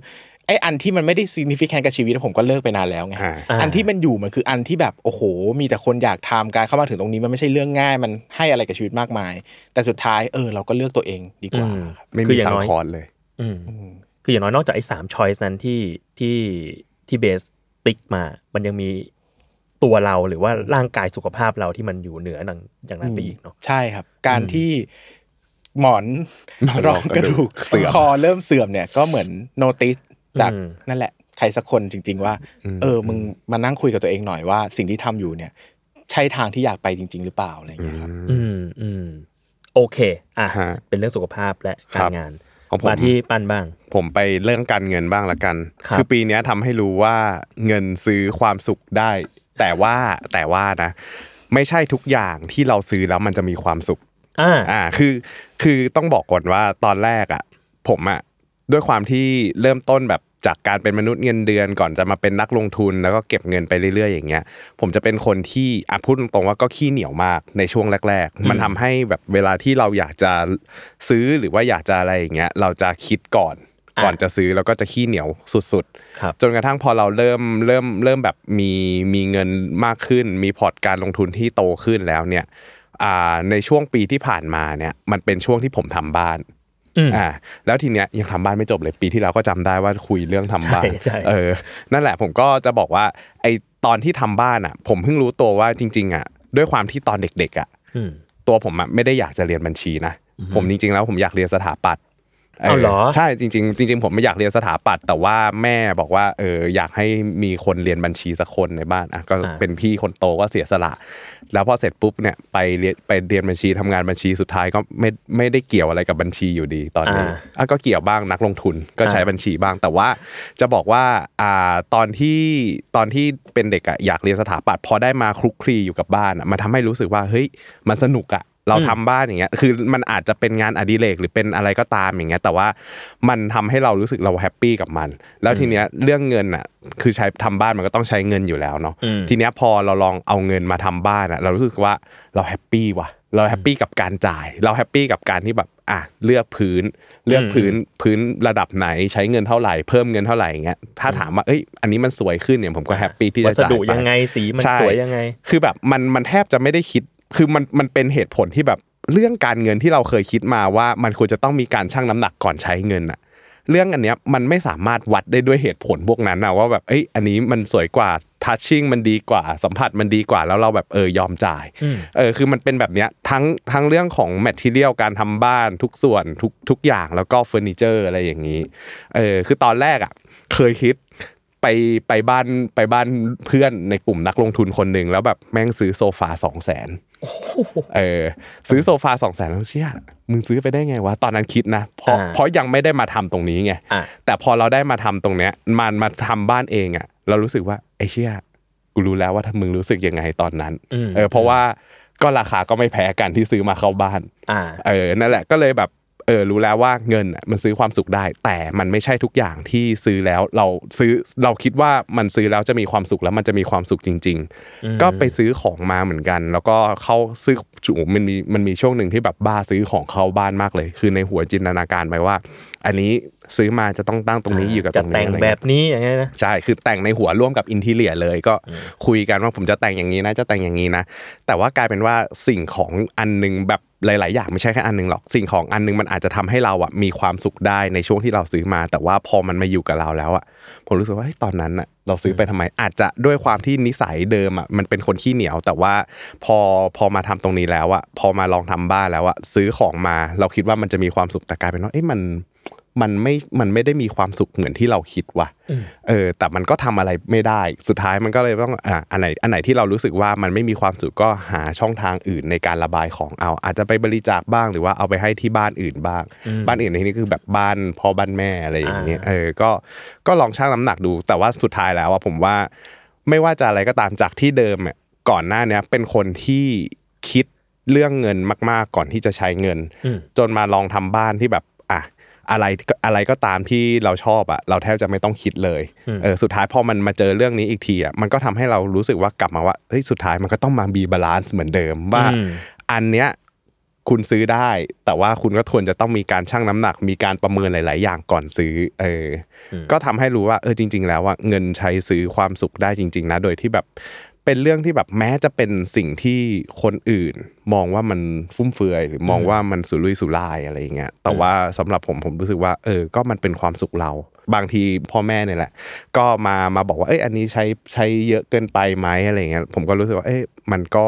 Speaker 3: ไอ้อันที่มันไม่ได้ significant กับชีวิตผมก็เลิกไปนานแล้วไง
Speaker 4: อ่า
Speaker 2: อ่า
Speaker 3: อันที่มันอยู่มันคืออันที่แบบโอ้โห มีแต่คนอยากทำการเข้ามาถึงตรงนี้มันไม่ใช่เรื่องง่าย มันให้อะไรกับชีวิตมากมาย แต่สุดท้ายเออเราก็เลือกตัวเองดีกว่า
Speaker 2: อืม
Speaker 4: ไม่
Speaker 2: คือ
Speaker 4: มี
Speaker 2: อย่าง
Speaker 4: สัง
Speaker 2: น้อย
Speaker 4: คอนเลย
Speaker 2: อืมคืออย่างน้อยนอกจากไอ้สามช้อยส์นั้นที่ที่ที่เบสติ๊กมา มันยังมีตัวเราหรือว่าร่างกายสุขภาพเราที่มันอยู่เหนือหนังอย่างนั้นไปอีกเนาะ
Speaker 3: ใช่ครับ การที่หมอน
Speaker 4: หมอน
Speaker 3: ร
Speaker 4: ร
Speaker 3: อ
Speaker 4: อง ง
Speaker 3: ก
Speaker 4: ก
Speaker 3: ระ
Speaker 4: ระดู
Speaker 3: ดูก
Speaker 4: กเสื่อม
Speaker 3: คอเริ่มเสื่อมเนี่ยก็เหมือนโนติสจาก
Speaker 2: อืม
Speaker 3: นั่นแหละ ใครสักคนจริง ๆ ว่า เออมึงมานั่งคุยกับตัวเองหน่อยว่า สิ่งที่ทำอยู่เนี่ย ใช่ทางที่อยากไปจริง ๆ หรือเปล่าอะไรอย่างเงี้ยครับ
Speaker 2: อืมอืมโอเค อ่ะ
Speaker 4: ฮะ
Speaker 2: เป็นเรื่องสุขภาพและการ
Speaker 4: คั
Speaker 2: ร
Speaker 4: บ
Speaker 2: งาน
Speaker 4: ของผม
Speaker 2: มาที่ปันบ้าง
Speaker 4: ผมไปเรื่องการเงินบ้างละกัน
Speaker 2: ครับ
Speaker 4: อปีเนี้ยทำให้รู้ว่าเงินซื้อความสุขได้ แต่ว่าแต่ว่านะ ไม่ใช่ทุกอย่างที่เราซื้อแล้วมันจะมีความสุข
Speaker 2: อ่า
Speaker 4: อ่าคือคือต้องบอกก่อนว่าตอนแรกอ่ะผมอ่ะด้วยความที่เริ่มต้นแบบจากการเป็นมนุษย์เงินเดือน ก่อนจะมาเป็นนักลงทุนแล้วก็เก็บเงินไปเรื่อยๆอย่างเงี้ยผมจะเป็นคนที่อ่ะพูดตรงๆว่าก็ขี้เหนียวมากในช่วงแรก ๆ มันทำให้แบบเวลาที่เราอยากจะซื้อหรือว่าอยากจะอะไรอย่างเงี้ยเราจะคิดก่อน
Speaker 2: อ่ะ
Speaker 4: ก่อนจะซื้อแล้วก็จะขี้เหนียวสุดๆ
Speaker 2: ครับ
Speaker 4: จนกระทั่งพอเราเริ่มเริ่มเริ่มแบบมีมีเงินมากขึ้น มีพอร์ตการลงทุนที่โตขึ้นแล้วเนี่ยอ่าในช่วงปีที่ผ่านมาเนี่ยมันเป็นช่วงที่ผมทำบ้าน
Speaker 2: อืม
Speaker 4: อ่าแล้วทีเนี้ยยังทำบ้านไม่จบเลยปีที่เราก็จำได้ว่าคุยเรื่องทำบ้าน
Speaker 2: ใช่ใช่
Speaker 4: เออนั่นแหละผมก็จะบอกว่าไอตอนที่ทำบ้านอ่ะ ผมเพิ่งรู้ตัวว่าจริง ๆอ่ะด้วยความที่ตอนเด็กๆอ่ะ
Speaker 2: อืม
Speaker 4: ตัวผมอะไม่ได้อยากจะเรียนบัญชีนะผมจริง ๆ แล้วผมอยากเรียนสถาปัตย์
Speaker 2: เอาเหรอ
Speaker 4: ใช่จริงๆจริงๆผมไม่อยากเรียนสถาปัตย์แต่ว่าแม่บอกว่าเอออยากให้มีคนเรียนบัญชีสักคนในบ้านอ่ะก็เป็นพี่คนโตก็เสียสละ แล้วพอเสร็จปุ๊บเนี่ยไปเรียนไปเรียนบัญชีทำงานบัญชีสุดท้ายก็ไม่ไม่ได้เกี่ยวอะไรกับบัญชีอยู่ดีตอนนี้
Speaker 2: อ่า
Speaker 4: อ่ะก็เกี่ยวบ้างนักลงทุนก็ใช้บัญชีบ้างแต่ว่าจะบอกว่าอ่าตอนที่ตอนที่เป็นเด็กอ่ะอยากเรียนสถาปัตย์พอได้มาคลุกคลีอยู่กับบ้านอ่ะมันทำให้รู้สึกว่าเฮ้ยมันสนุกอ่ะเราทำบ้านอย่างเงี้ยคือมันอาจจะเป็นงานอดิเรกหรือเป็นอะไรก็ตามอย่างเงี้ยแต่ว่ามันทำให้เรารู้สึกเราแฮปปี้กับมัน แล้วทีเนี้ยเรื่องเงินอ่ะคือใช้ทำบ้านมันก็ต้องใช้เงินอยู่แล้วเนาะ
Speaker 2: อืม
Speaker 4: ทีเนี้ยพอเราลองเอาเงินมาทำบ้านอ่ะเรารู้สึกว่าเราแฮปปี้ว่ะ เราแฮปปี้กับการจ่าย เราแฮปปี้กับการที่แบบอ่ะเลือกพื้น เลือกพื้นพื้นระดับไหนใช้เงินเท่าไหร่เพิ่มเงินเท่าไหร่อย่างเงี้ยถ้าถามว่าเอ้ยอันนี้มันสวยขึ้นเนี่ยผมก็แฮปปี้ที่
Speaker 2: วั
Speaker 4: จะ
Speaker 2: ส
Speaker 4: จ่าย
Speaker 2: ดุ
Speaker 4: ไป
Speaker 2: ยังไงสีมัน
Speaker 4: ใช่
Speaker 2: สวยยังไง
Speaker 4: คือแบบมันมันแทบจะไม่ได้คิด คือมันมันเป็นเหตุผลที่แบบเรื่องการเงินที่เราเคยคิดมาว่ามันควรจะต้องมีการชั่งน้ำหนักก่อนใช้เงินอะเรื่องอันเนี้ยมันไม่สามารถวัดได้ด้วยเหตุผลพวกนั้นนะว่าแบบเอ้ยอันนี้มันสวยกว่าทัชชิ่งมันดีกว่าสัมผัสมันดีกว่าแล้วเราแบบเออยอมจ่าย
Speaker 2: อืม
Speaker 4: เออคือมันเป็นแบบเนี้ยทั้งทั้งเรื่องของแมทเทียลการทำบ้านทุกส่วนทุกทุกอย่างแล้วก็เฟอร์นิเจอร์อะไรอย่างนี้เออคือตอนแรกอะเคยคิด ไปไปบ้านไปบ้านเพื่อนในกลุ่มนักลงทุนคนหนึ่งแล้วแบบแม่งซื้อโซฟาสองแสนเออซื้อโซฟาสองแสนแล้วเชี่ยมึงซื้อไปได้ไงวะ ตอนนั้นคิดนะ เพราะ
Speaker 2: อ่า
Speaker 4: เพราะยังไม่ได้มาทำตรงนี้ไง
Speaker 2: อ่ะ
Speaker 4: แต่พอเราได้มาทำตรงเนี้ยมันมาทำบ้านเองอ่ะ เรารู้สึกว่าไอ้เชี่ยกูรู้แล้วว่าถ้ามึงรู้สึกยังไงตอนนั้น
Speaker 2: อืม
Speaker 4: เออเพราะว่า ก็ราคาก็ไม่แพ้กันที่ซื้อมาเข้าบ้าน
Speaker 2: อ่า
Speaker 4: เออ นั่นแหละก็เลยแบบ เออ รู้แล้วว่าเงินน่ะมันซื้อความสุขได้ แต่มันไม่ใช่ทุกอย่างที่ซื้อแล้วเราซื้อเราคิดว่ามันซื้อแล้วจะมีความสุขแล้วมันจะมีความสุขจริง ๆ ก็ไปซื้อของมาเหมือนกัน แล้วก็เข้าซื้อโอ้โหมันมีมันมีช่วงหนึ่งที่แบบบ้าซื้อของเข้าบ้านมากเลย คือในหัวจินตนาการไปว่า อันนี้ซื้อมาจะต้องตั้งตรงนี้อยู่กับต
Speaker 2: จะ
Speaker 4: รง
Speaker 2: แต่
Speaker 4: นี้
Speaker 2: ง
Speaker 4: อะไร
Speaker 2: แบ
Speaker 4: เงี้ย
Speaker 2: บนี้อย่างเงี้ยนะ
Speaker 4: ใช่ คือแต่งในหัวร่วมกับอินทีเลียเลยก็คุยกันว่าผมจะแต่งอย่างนี้นะ จะแต่งอย่างนี้นะ แต่ว่ากลายเป็นว่าสิ่งของอันหนึงแบบหลาย ๆ อย่างไม่ใช่แค่อันหนึงหรอก สิ่งของอันหนึงมันอาจจะทำให้เราอ่ะมีความสุขได้ในช่วงที่เราซื้อมา แต่ว่าพอมันมาอยู่กับเราแล้วอ่ะ ผมรู้สึกว่าเฮ้ยตอนนั้นอ่ะเราซื้อไปทำไม อาจจะด้วยความที่นิสัยเดิมอ่ะมันเป็นคนขี้เหนียว แต่ว่าพอพอมาทำตรงนี้แล้วอ่ะพอมาลองทำบ้านแล้วอ่ะซื้อของมา เราคิดว่ามันจะมีความสุขแต่กลายเป็นว่าเอ้ยมัน มันไม่ มันไม่ได้มีความสุขเหมือนที่เราคิดว่ะ เออ แต่มันก็ทำอะไรไม่ได้ สุดท้ายมันก็เลยต้อง อ่ะอันไหน อันไหนที่เรารู้สึกว่ามันไม่มีความสุขก็หาช่องทางอื่นในการระบายของเอา อาจจะไปบริจาคบ้างหรือว่าเอาไปให้ที่บ้านอื่นบ้าง บ้านอื่นในที่นี้คือแบบบ้านพ่อบ้านแม่อะไรอย่างเงี้ย เออ ก็ ก็ลองชั่งน้ำหนักดู แต่ว่าสุดท้ายแล้วอะผมว่า ไม่ว่าจะอะไรก็ตามจากที่เดิมอะก่อนหน้าเนี้ยเป็นคนที่คิดเรื่องเงินมาก ๆ ก่อนที่จะใช้เงิน
Speaker 2: อืม
Speaker 4: จนมาลองทำบ้านที่แบบอ่ะอะไรก็อะไรก็ตามที่เราชอบอ่ะเราแทบจะไม่ต้องคิดเลยเออสุดท้ายพอมันมาเจอเรื่องนี้อีกทีอ่ะมันก็ทำให้เรารู้สึกว่ากลับมาว่าเฮ้ยสุดท้ายมันก็ต้องมาบีบาลานซ์เหมือนเดิมว่า
Speaker 2: อืม
Speaker 4: อันเนี้ยคุณซื้อได้ แต่ว่าคุณก็ควรจะต้องมีการชั่งน้ำหนัก มีการประเมินหลาย ๆ อย่างก่อนซื้อเอออก็ทำให้รู้ว่าเออจริง ๆ แล้วว่าเงินใช้ซื้อความสุขได้จริง ๆ นะ โดยที่แบบเป็นเรื่องที่แบบแม้จะเป็นสิ่งที่คนอื่น มองว่ามันฟุ่มเฟือย หรือมองว่ามันสุรุ่ยสุร่ายอะไรอย่างเงี้ยแต่ว่าสำหรับผมผมรู้สึกว่า เออ ก็มันเป็นความสุขเรา บางทีพ่อแม่เนี่ยแหละ ก็มามาบอกว่าเอ้ยอันนี้ใช้ใช้เยอะเกินไปไหมอะไรอย่างเงี้ยผมก็รู้สึกว่าเอ้ยมันก็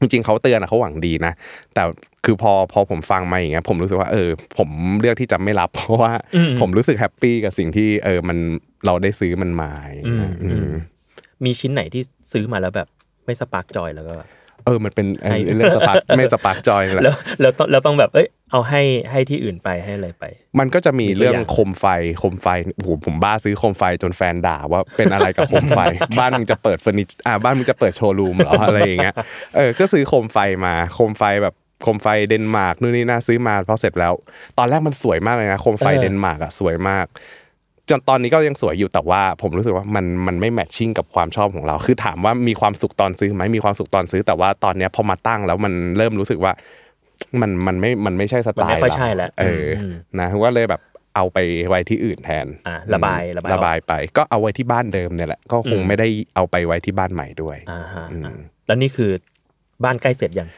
Speaker 4: จริงๆเขาเตือนอะเขาหวังดีนะ แต่คือพอพอผมฟังมาอย่างเงี้ยผมรู้สึกว่าเออ ผมเลือกที่จะไม่รับ เพราะว่าผมรู้สึกแฮปปี้กับสิ่งที่เออมันเราได้ซื้อมันมาอย่างเงี้ย
Speaker 2: อืม
Speaker 4: อืม
Speaker 2: มีชิ้นไหนที่ซื้อมาแล้วแบบไม่สปาร์กจอยแล้วก็แบบ
Speaker 4: เออมันเป็นเออ
Speaker 2: ให้
Speaker 4: เรื่องสปาร์คไม่สปาร์คจ อยนั่นแห
Speaker 2: แล้
Speaker 4: ละ
Speaker 2: วแล้วต้องแล้วต้องแบบเอ้ยเอาให้ให้ที่อื่นไปให้อะไรไป
Speaker 4: มันก็จะมี
Speaker 2: มีตัวอย่าง
Speaker 4: เรื่องโคมไฟโคมไฟโอ้โหผมบ้าซื้อโคมไฟจนแฟนด่าว่าเป็นอะไรกับโคมไฟ บ้านมึงจะเปิดเฟอร์นิเจอร์อ่าบ้านมึงจะเปิดโชว์รูมเหรอ อะไรอย่างเงี้ยเออก็ซื้อโคมไฟมาโคมไฟแบบโคมไฟเดนมาร์กนู่นนี่น่าซื้อมาพอเสร็จแล้ว ตอนแรกมันสวยมากเลยนะโคมไฟเดนมาร์กอะสวยมาก จนตอนนี้ก็ยังสวยอยู่แต่ว่าผมรู้สึกว่ามันมันไม่แมทชิ่งกับความชอบของเรา คือถามว่ามีความสุขตอนซื้อไหมมีความสุขตอนซื้อ แต่ว่าตอนเนี้ยพอมาตั้งแล้วมันเริ่มรู้สึกว่า มันมันไม่มันไม่ใช่สไต
Speaker 2: มันไม่
Speaker 4: ล์
Speaker 2: ค่อยใช่แล้ว
Speaker 4: เอออ
Speaker 2: ม
Speaker 4: นะว่าเลยแบบเอาไปไว้ที่อื่นแทน
Speaker 2: อ่ะระบาย
Speaker 4: อืม
Speaker 2: ระบายออก
Speaker 4: ระบายไป ก็เอาไว้ที่บ้านเดิมเนี่ยแหละก็คงไม่ได้เอาไปไว้ที่บ้านใหม่ด้วย
Speaker 2: อ่าฮะ
Speaker 4: อืม
Speaker 2: อ่ะแล้วนี่คือบ้านใกล้เสร็จยัง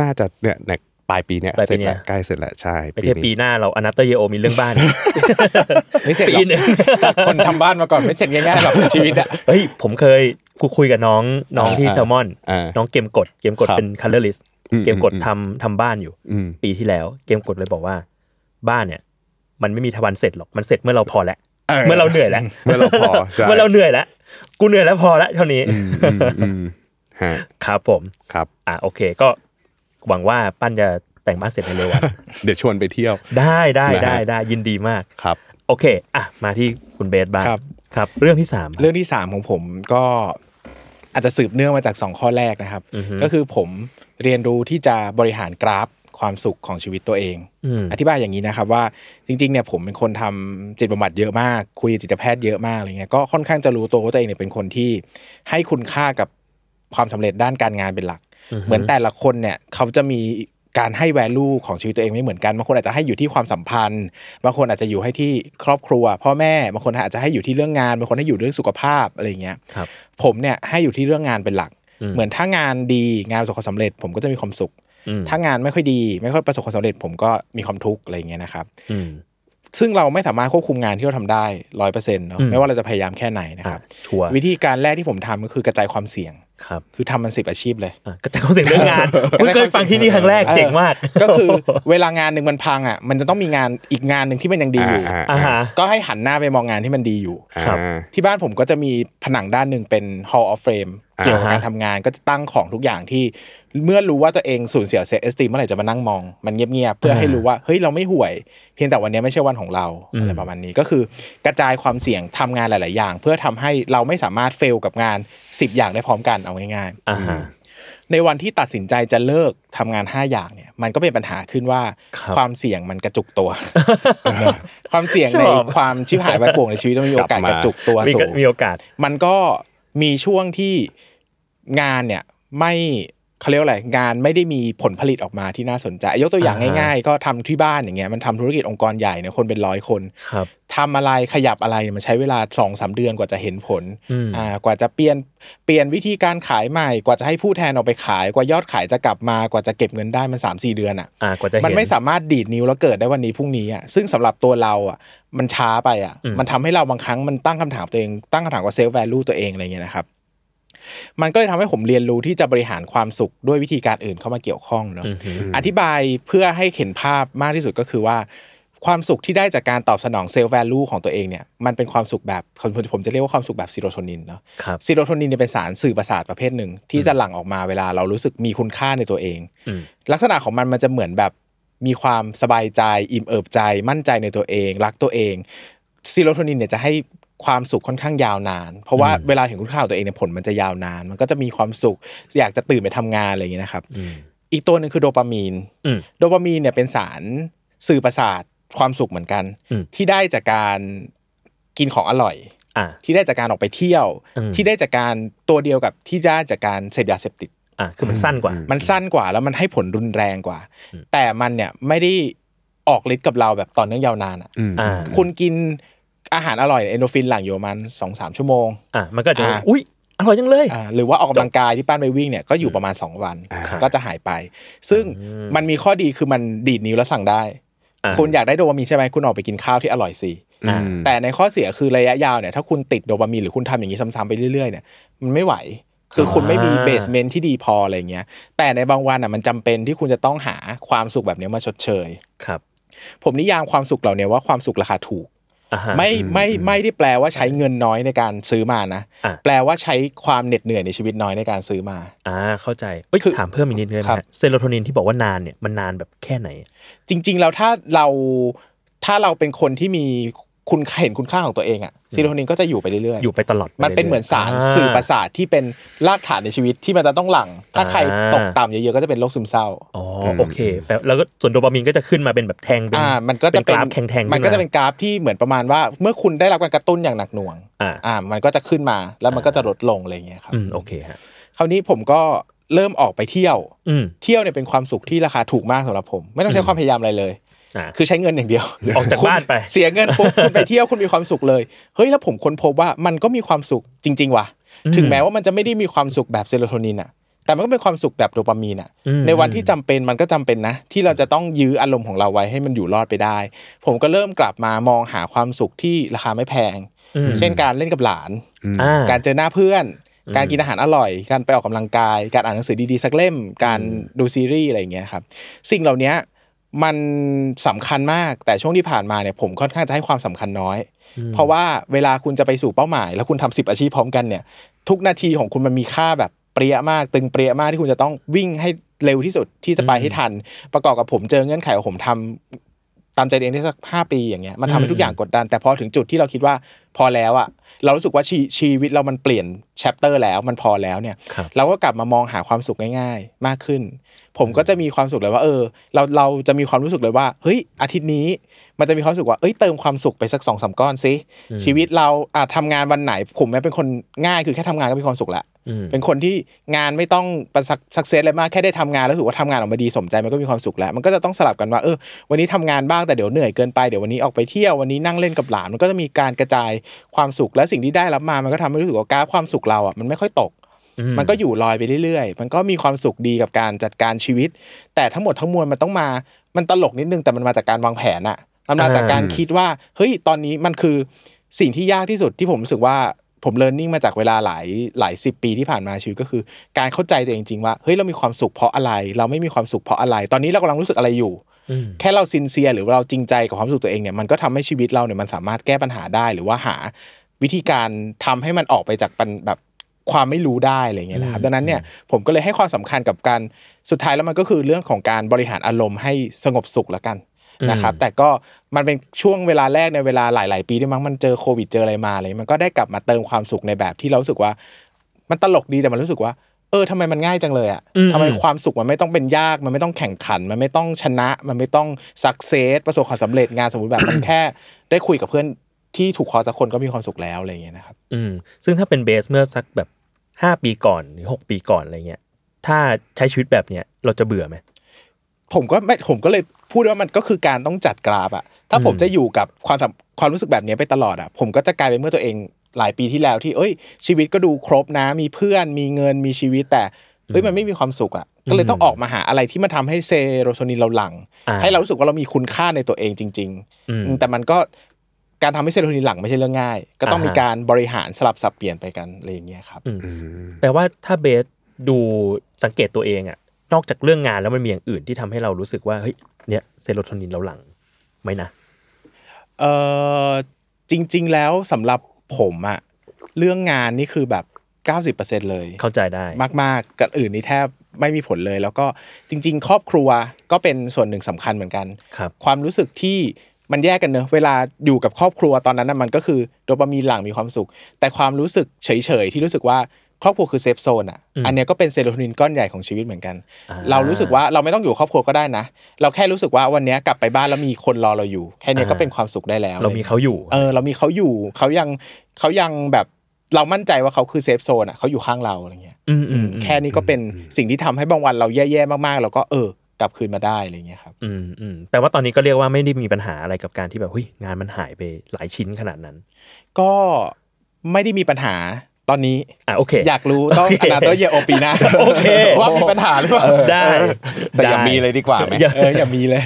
Speaker 4: น่าจะเนี่ยเนี่ยปลายปีเนี่ย
Speaker 2: ปลาย
Speaker 4: เส
Speaker 2: ปี
Speaker 4: ร็จ
Speaker 2: เนี่ย
Speaker 4: แล้วใกล้เสร็จแล้วใช่
Speaker 2: ไม่ใช่ปี
Speaker 4: นี้
Speaker 2: หน้าเราอนาเตอร์เยโอมีเรื่องบ้าน
Speaker 3: ไม่เสร็จห
Speaker 2: ปี
Speaker 3: รอก
Speaker 2: หนึ่ง
Speaker 3: จากคนทำบ้านมาก่อนไม่เสร็จ ง่ายๆหรอกชีวิตอะ
Speaker 2: เฮ้ยผมเคยคุยคุยกับน้องน้องที่แซลมอน
Speaker 4: อ่า
Speaker 2: น้องเกมกดเกมกด
Speaker 4: ครับ
Speaker 2: เป็น color list
Speaker 4: อืม
Speaker 2: เกมกด
Speaker 4: อืม
Speaker 2: ทำทำบ้านอยู่
Speaker 4: อืม
Speaker 2: ปีที่แล้ว เกมกดเลยบอกว่า บ้านเนี่ย มันไม่มีทวันเสร็จหรอกมันเสร็จเมื่อเราพอแล้วเมื่อเราเหนื่อยแล้ว
Speaker 4: เมื่อเรา พอใช่
Speaker 2: เมื่อเราเหนื่อยแล้วกูเหนื่อยแล้วพอแล้วเท่านี้
Speaker 4: อืมอืมอืมฮะ
Speaker 2: ครับผม
Speaker 4: ครับ
Speaker 2: อ่ะโอเคก็หวังว่าปั้นจะแต่งบ้านเสร็จในเร็ววัน
Speaker 4: เดี๋ยวชวนไปเที่ยว
Speaker 2: ได้ได้
Speaker 4: นะฮะ
Speaker 2: ได้ได้ยินดีมาก
Speaker 4: ครับ
Speaker 2: โอเคอ่ะมาที่คุณเบสบ้าง
Speaker 3: ครับ
Speaker 2: ครับ เรื่องที่สาม
Speaker 3: เรื่องที่สามของผมก็อาจจะสืบเนื่องมาจากสองข้อแรกนะครับ ก็คือผมเรียนรู้ที่จะบริหารกราฟความสุขของชีวิตตัวเอง
Speaker 2: อืม
Speaker 3: อธิบายอย่างนี้นะครับว่าจริงๆเนี่ยผมเป็นคนทำจิตบำบัดเยอะมาก คุยกับจิตแพทย์เยอะมากอะไรเงี้ยก็ค่อนข้างจะรู้ตัวว่าตัวเองเนี่ยเป็นคนที่ให้คุณค่ากับความสำเร็จด้านการงานเป็นหลัก เหมือนแต่ละคนเนี่ยเขาจะมีการให้ value ของชีวิตตัวเองไม่เหมือนกันบางคนอาจจะให้อยู่ที่ความสัมพันธ์บางคนอาจจะอยู่ให้ที่ครอบครัว พ่อแม่บางคนอาจจะให้อยู่ที่เรื่องงานบางคนให้อยู่เรื่องสุขภาพอะไรเงี้ย
Speaker 2: ครับ
Speaker 3: ผมเนี่ยให้อยู่ที่เรื่องงานเป็นหลัก เหมือนถ้างานดีงานประสบความสำเร็จ ผมก็จะมีความสุข
Speaker 2: อืม
Speaker 3: ถ้างานไม่ค่อยดีไม่ค่อยประสบความสำเร็จ ผมก็มีความทุกข์อะไรอย่างเงี้ยนะครับ
Speaker 2: อืม
Speaker 3: ซึ่งเราไม่สามารถควบคุมงานที่เราทำได้ร้อยเปอร์เซ็นต์เนาะ
Speaker 2: อืม
Speaker 3: ไม่ว่าเราจะพยายามแค่ไหนนะครับ
Speaker 2: ชัวร์
Speaker 3: วิธีการแรกที่ผมทำก็คือกระจายความเสี่ยง
Speaker 2: ครับ
Speaker 3: คือทำมันสิบอาชีพเลย
Speaker 2: อ่ะก็จะเข้าเสียงเรื่อง งานเพิ่งเคยฟังที่นี่ครั้งแรก
Speaker 3: ออ
Speaker 2: เจ๋งมาก
Speaker 3: ก็คือเวลางานหนึ่งมันพังอ่ะมันจะต้องมีงานอีกงานหนึ่งที่มันยังดีอยู่
Speaker 4: อ่า
Speaker 2: อ่าฮะ
Speaker 3: ก็ให้หันหน้าไปมองงานที่มันดีอยู่
Speaker 2: ครับ
Speaker 4: อ่า
Speaker 3: ที่บ้านผมก็จะมีผนังด้านหนึ่งเป็น hall of fame
Speaker 4: อ่าฮะ
Speaker 3: เกี่ยวกับการทำงานก็จะตั้งของทุกอย่างที่ เมื่อรู้ว่าตัวเองสูญเสียเซตเอสติเมื่อไหร่จะมานั่งมอง มันเงียบๆเพื่อให้รู้ว่าเฮ้ยเราไม่ห่วย เพียงแต่วันนี้ไม่ใช่วันของเราอะไรประมาณนี้ก็คือกระจายความเสี่ยงทำงานหลาย ๆ อย่าง เพื่อทำให้เราไม่สามารถเฟลกับงาน 10 อย่างได้พร้อมกันเอาง่าย
Speaker 2: อ่าฮะ
Speaker 3: ๆ ในวันที่ตัดสินใจจะเลิกทำงาน 5 อย่างเนี่ย มันก็เป็นปัญหาขึ้นว่า
Speaker 2: ครับ
Speaker 3: ความเสี่ยงมันกระจุกตัว ความเสี่ยง
Speaker 2: ช
Speaker 3: ใน
Speaker 2: อบ
Speaker 3: ความชิบหายไปป่วงในชีวิตมันมีโอกาส
Speaker 4: กลับมา
Speaker 3: กระจุกตัว
Speaker 2: มี
Speaker 3: สู
Speaker 2: ก็
Speaker 3: ง
Speaker 2: มีโอกาส
Speaker 3: มันก็มีช่วงที่งานเนี่ยไม่เขาเรียกว่าอะไรงานไม่ได้มีผลผลิตออกมาที่น่าสนใจ ยกตัวอย่าง
Speaker 2: อ่าฮะ
Speaker 3: ง่าย ๆ ก็ทำที่บ้านอย่างเงี้ยมันทำธุรกิจองค์กรใหญ่เนี่ยคนเป็นร้อยคน
Speaker 2: ครับ
Speaker 3: ทำอะไรขยับอะไรเนี่ยมันใช้เวลา2อสเดือนกว่าจะเห็นผล
Speaker 2: อืม
Speaker 3: อ่ากว่าจะเปลี่ยนเปลี่ยนวิธีการขายใหม่กว่าจะให้ผู้แทนออกไปขาย กว่ายอดขายจะกลับมากว่าจะเก็บเงินได้มัน3 4 เดือนอ่ะ
Speaker 2: อ่ากว่าจะเห็น
Speaker 3: มันไม่สามารถดีดนิ้วแล้วเกิดได้วันนี้พรุ่งนี้อ่ะซึ่งสำหรับตัวเราอ่ะมันช้าไปอ่ะ
Speaker 2: อืม
Speaker 3: มันทำให้เราบางครั้งมันตั้งคำถามตัวเองตั้งคำถามกับเซลฟ์แวลูตัวเองอะไรเงี้ยนะครับ มันก็เลยทำให้ผมเรียนรู้ที่จะบริหารความสุขด้วยวิธีการอื่นเข้ามาเกี่ยวข้องเนาะ
Speaker 2: อือหือ
Speaker 3: อธิบายเพื่อให้เห็นภาพมากที่สุดก็คือว่า ความสุขที่ได้จากการตอบสนองเซลล์แวลูของตัวเองเนี่ยมันเป็นความสุขแบบผมผมจะเรียกว่าความสุขแบบซีโรโทนินเนาะ
Speaker 2: ครับ
Speaker 3: ซีโรโทนินเนี่ยเป็นสารสื่อประสาทประเภทหนึ่ง ที่จะหลั่งออกมาเวลาเรารู้สึกมีคุณค่าในตัวเอง
Speaker 2: อืม
Speaker 3: ลักษณะของมันมันจะเหมือนแบบมีความสบายใจ อิ่มเอิบใจ มั่นใจในตัวเอง รักตัวเองซีโรโทนินเนี่ยจะให้ความสุขค่อนข้างยาวนาน เพราะว่าเวลาเห็นคุณค่าของตัวเองเนี่ยผลมันจะยาวนาน มันก็จะมีความสุขอยากจะตื่นไปทำงานอะไรอย่างเงี้ยนะครับ
Speaker 2: อืม
Speaker 3: อีกตัวหนึ่งคือโดปามีน
Speaker 2: อืม
Speaker 3: โดปามีนเนี่ยเป็นสารสื่อประสาทความสุขเหมือนกัน
Speaker 2: อืม
Speaker 3: ที่ได้จากการกินของอร่อย
Speaker 2: อ่า
Speaker 3: ที่ได้จากการออกไปเที่ยว
Speaker 2: อืม
Speaker 3: ที่ได้จากการตัวเดียวกับที่ได้จากการเสพยาเสพติด
Speaker 2: อ่าคือมันสั้นกว่า
Speaker 3: มันสั้นกว่าแล้วมันให้ผลรุนแรงกว่า แต่มันเนี่ยไม่ได้ออกฤทธิ์กับเราแบบต่อเนื่องยาวนานอ่ะ
Speaker 4: อืม
Speaker 2: อ่า
Speaker 3: คุณกินอาหารอร่อยเอนโดฟินหลั่งอยู่ประมาณสองสามชั่วโมง
Speaker 2: อ่ามันก็จะ
Speaker 3: อ่า
Speaker 2: อุ้ยอร่อยจังเลย
Speaker 3: อ่าหรือว่าออกกำลังกายที่ป้านไปวิ่งเนี่ยก็อยู่ประมาณ 2 วัน
Speaker 2: ครับ
Speaker 3: ก็จะหายไป ซึ่งมันมีข้อดีคือมันดีดนิ้วแล้วสั่งได้
Speaker 2: อ่า
Speaker 3: คุณอยากได้โดปามีนใช่ไหมคุณออกไปกินข้าวที่อร่อยสิ
Speaker 2: อ่า
Speaker 3: แต่ในข้อเสียคือระยะยาวเนี่ยถ้าคุณติดโดปามีนหรือคุณทำอย่างนี้ซ้ำๆไปเรื่อยๆเนี่ยมันไม่ไหว คือคุณไม่มี
Speaker 2: อ่า
Speaker 3: เบสเมนที่ดีพออะไรเงี้ยแต่ในบางวันอ่ะมันจำเป็นที่คุณจะต้องหาความสุขแบบเนี้ยมาชดเชย
Speaker 2: ครับ
Speaker 3: ผมนิยามความสุขเหล่าเนี้ยว่าความสุขราคาถูก
Speaker 2: อ่าฮะ
Speaker 3: ไม่ไม่ไม่ได้แปลว่าใช้เงินน้อยในการซื้อมานะ
Speaker 2: อ่ะ
Speaker 3: แปลว่าใช้ความเหน็ดเหนื่อยในชีวิตน้อยในการซื้อมา
Speaker 2: อ่าเข้าใจเอ้ย
Speaker 3: คือ
Speaker 2: ถามเพิ่มอีกนิดนึง
Speaker 3: ครับ
Speaker 2: นะฮะเซโรโทนินที่บอกว่านานเนี่ยมันนานแบบแค่ไหน
Speaker 3: จริงๆแล้วถ้าเราถ้าเราเป็นคนที่มีคุณเห็นคุณค่าของตัวเองอะซีโรโทนินก็จะอยู่ไปเรื่อยๆ
Speaker 2: อยู่ไปตลอดไ
Speaker 3: มันเป็นเหมือนสาร
Speaker 2: ยๆ
Speaker 3: สื่อประสาทที่เป็นรากฐานในชีวิตที่มันจะต้องหลัง ถ้าใครตกต่ำเยอะๆก็จะเป็นโรคซึมเศร้า
Speaker 2: อ๋อโอเคแปลแล้วก็ส่วนโดปามีนก็จะขึ้นมาเป็นแบบแทงเป็น
Speaker 3: อ่ามันก็จะ
Speaker 2: เป็ก
Speaker 3: เป็นน
Speaker 2: ราฟแทงๆ
Speaker 3: มันก็จะเป็
Speaker 2: ขึ้า
Speaker 3: นกราฟที่เหมือนประมาณว่า เมื่อคุณได้รับการกระตุ้นอย่างหนักหน่วง
Speaker 2: อ่า
Speaker 3: มันก็จะขึ้นมาแล้วมันก็จะลดลงอะไรอย่างเงี้ยครับ
Speaker 2: อืมโอเคฮะ
Speaker 3: คราวนี้ผมก็เริ่มออกไปเที่ยว
Speaker 2: อืม
Speaker 3: เที่ยวเนี่ยเป็นความสุขที่ราคาถูกมากสำหรับผม ไม่ต้องใช้ความพยายามอะไรเลย
Speaker 2: อ่า
Speaker 3: คือใช้เงินอย่างเดียว
Speaker 2: ออกจากบ้านไป
Speaker 3: คุณเสียเงินปุ๊บคุณไปเที่ยวคุณมีความสุขเลย เฮ้ยแล้วผมค้นพบว่ามันก็มีความสุขจริง ๆ ว่ะ ถึงแม้ว่ามันจะไม่ได้มีความสุขแบบเซโรโทนินอะแต่มันก็เป็นความสุขแบบโดปามีนอะ
Speaker 2: อืม
Speaker 3: ในวันที่จำเป็นมันก็จำเป็นนะ ที่เราจะต้องยื้ออารมณ์ของเราไว้ให้มันอยู่รอดไปได้ ผมก็เริ่มกลับมามองหาความสุขที่ราคาไม่แพง เช่นการเล่นกับหลาน
Speaker 2: อ่า
Speaker 3: การเจอหน้าเพื่อน การกินอาหารอร่อย การไปออกกำลังกาย การอ่านหนังสือดีๆ สักเล่ม การดูซีรีส์อะไรอย่างเงี้ยครับ สิ่งเหล่านี้มันสำคัญมาก แต่ช่วงที่ผ่านมาเนี่ยผมค่อนข้างจะให้ความสำคัญน้อย เพราะว่าเวลาคุณจะไปสู่เป้าหมาย แล้วคุณทำสิบอาชีพพร้อมกันเนี่ย ทุกนาทีของคุณมันมีค่าแบบเปรี้ยมาก ตึงเปรี้ยมากที่คุณจะต้องวิ่งให้เร็วที่สุดที่จะไปให้ทัน ประกอบกับผมเจอเงื่อนไขของผมทำตามใจตัวเองได้สักห้าปีอย่างเงี้ยมันทำให้ทุกอย่างกดดัน แต่พอถึงจุดที่เราคิดว่าพอแล้วอะเรารู้สึกว่าชีชีวิตเรามันเปลี่ยนแชปเตอร์แล้วมันพอแล้วเนี่ย
Speaker 2: ครับ
Speaker 3: เราก็กลับมามองหาความสุขง่ายๆ มากขึ้น ผมก็จะมีความสุขเลยว่า เออ เราเราจะมีความรู้สึกเลยว่าเฮ้ยอาทิตย์นี้ มันจะมีความรู้สึกว่าเอ้ยเติมความสุขไปสักสองสามก้อนสิชีวิตเราอาจทำงานวันไหน ผมเนี่ยเป็นคนง่ายคือแค่ทำงานก็มีความสุขละ
Speaker 2: อืม
Speaker 3: เป็นคนที่งานไม่ต้องประสักสักเซสอะไรมากแค่ได้ทำงานแล้วถือว่าทำงานออกมาดีสมใจมันก็มีความสุขแล้ว มันก็จะต้องสลับกันว่าเออวันนี้ทำงานบ้างแต่เดี๋ยวเหนื่อยเกินไปเดี๋ยววันนี้ออกไปเที่ยววันนี้นั่งเล่นกับหลานมันก็จะมีการกระจายความสุขและสิ่งที่ได้รับมามันก็ทำให้รู้สึกว่ากราฟความสุขเราอ่ะมันไม่ค่อยตก มันก็อยู่ลอยไปเรื่อยๆ มันก็มีความสุขดีกับการจัดการชีวิต แต่ทั้งหมดทั้งมวลมันต้องมา มันตลกนิดนึงแต่มันมาจากการวางแผนอะมันมาจากการคิดว่า เฮ้ย ตอนนี้มันคือสิ่งที่ยากที่สุดที่ผมรู้สึกว่าผมเรียนรู้มาจากเวลาหลายหลายสิบปีที่ผ่านมาชีวิตก็คือ การเข้าใจตัวเองจริงๆว่า เฮ้ย เรามีความสุขเพราะอะไร เราไม่มีความสุขเพราะอะไร ตอนนี้เรากำลังรู้สึกอะไรอยู่ แค่เราซินเซียหรือว่าเราจริงใจกับความรู้สึกตัวเองเนี่ยมันก็ทำให้ชีวิตเราเนี่ยมันสามารถแก้ปัญหาได้ หรือว่าหาวิธีการทำให้มันออกไปจากปัญแบบความไม่รู้ได้อะไรเงี้ยนะครับดังนั้นเนี่ยผมก็เลยให้ความสำคัญกับการสุดท้ายแล้วมันก็คือเรื่องของการบริหารอารมณ์ให้สงบสุขละกันนะครับ แต่ก็มันเป็นช่วงเวลาแรกในเวลาหลาย ๆ ปีด้วยมั้งมันเจอโควิดเจออะไรมาเลย มันก็ได้กลับมาเติมความสุขในแบบที่เรารู้สึกว่า มันตลกดีแต่มันรู้สึกว่า เออทำไมมันง่ายจังเลยอ่ะ
Speaker 2: อืม
Speaker 3: ทำไมความสุขมันไม่ต้องเป็นยาก มันไม่ต้องแข่งขัน มันไม่ต้องชนะ มันไม่ต้องสักเซสประสบความสำเร็จงานสมมติแบบ มัน แค่ได้คุยกับเพื่อนที่ถูกคอสักคนก็มีความสุขแล้วอะไรอย่างเงี้ยนะครับ
Speaker 2: อืมซึ่งถ้าเป็นเบสเมื่อสักแบบห้าปีก่อนหรือหกปีก่อนอะไรเงี้ยถ้าใช้ชีวิตแบบเนี้ยเราจะเบื่อไหม
Speaker 3: ผมก็ไม่ผมก็เลยพูดว่ามันก็คือการต้องจัดกราฟอะถ้าผมจะอยู่กับความสัมความรู้สึกแบบนี้ไปตลอดอะผมก็จะกลายเป็นเมื่อตัวเองหลายปีที่แล้วที่เอ้ย ชีวิตก็ดูครบนะ มีเพื่อนมีเงินมีชีวิตแต่เอ้ยมันไม่มีความสุขอะก็เลยต้องออกมาหาอะไรที่มันทำให้เซโรโทนินเราหลัง
Speaker 2: อ่า
Speaker 3: ให้เรารู้สึกว่าเรามีคุณค่าในตัวเองจริง
Speaker 2: อืม
Speaker 3: ๆ แต่มันก็การทำให้เซโรโทนินหลังไม่ใช่เรื่องง่าย ก็ต้องมีการบริหารสลับสับเปลี่ยนไปกันอะไรอย่างเงี้ยครับ
Speaker 2: แปลว่าถ้าเบสดูสังเกตตัวเองอะนอกจากเรื่องงานแล้วมันมีอย่างอื่นที่ทำให้เรารู้สึกว่าเฮ้ยเนี่ยเซโรโทนินเราหลังไหมนะ
Speaker 3: เออจริง ๆ แล้วสำหรับผมอะเรื่องงานนี่คือแบบ 90%เลย
Speaker 2: เข้าใจได้
Speaker 3: มากๆกกับอื่นนี่แทบไม่มีผลเลย แล้วก็จริง ๆ ครอบครัวก็เป็นส่วนหนึ่งสำคัญเหมือนกัน
Speaker 2: ครับ
Speaker 3: ความรู้สึกที่มันแยกกันเนอะเวลาอยู่กับครอบครัวตอนนั้นนะมันก็คือโดปามีนหลั่งมีความสุข แต่ความรู้สึกเฉยๆที่รู้สึกว่าครอบครัวคือเซฟโซนอ่ะอันเนี้ยก็เป็นเซโรโทนินก้อนใหญ่ของชีวิตเหมือนกัน เรารู้สึกว่าเราไม่ต้องอยู่ครอบครัวก็ได้นะ เราแค่รู้สึกว่าวันเนี้ยกลับไปบ้านแล้วมีคนรอเราอยู่แค่เนี้ยก็เป็นความสุขได้แล้ว
Speaker 2: เรามีเขาอยู่
Speaker 3: เออเรามีเขาอยู่เขายังเขายังแบบเรามั่นใจว่าเขาคือเซฟโซนอ่ะเขาอยู่ข้างเราอะไรเงี้ย
Speaker 2: อืมอืมอืม
Speaker 3: แค่นี้ก็เป็นสิ่งที่ทำให้บางวันเราแย่ๆมากๆเราก็เออกลับคืนมาได้อะไรเงี้ยครับ
Speaker 2: อืมอืมแปลว่าตอนนี้ก็เรียกว่าไม่ได้มีปัญหาอะไรกับการที่แบบเฮ้ยงานมันหายไปหลายชิ้นขนาดนั้น
Speaker 3: ก็ไม่ได้มีปัญหาตอนนี้
Speaker 2: อ่ะโอเค
Speaker 3: อยากรู้ต้อง
Speaker 2: โอเค
Speaker 3: อนาโตเยโอปีหน้า
Speaker 2: โอเค
Speaker 3: ว่ามีปัญหาหรือเปล่า
Speaker 2: ได้
Speaker 4: แต่อย่า
Speaker 2: ได้
Speaker 4: มีเลยดีกว่าไหม
Speaker 2: อย่า
Speaker 3: เอออย่ามีเลย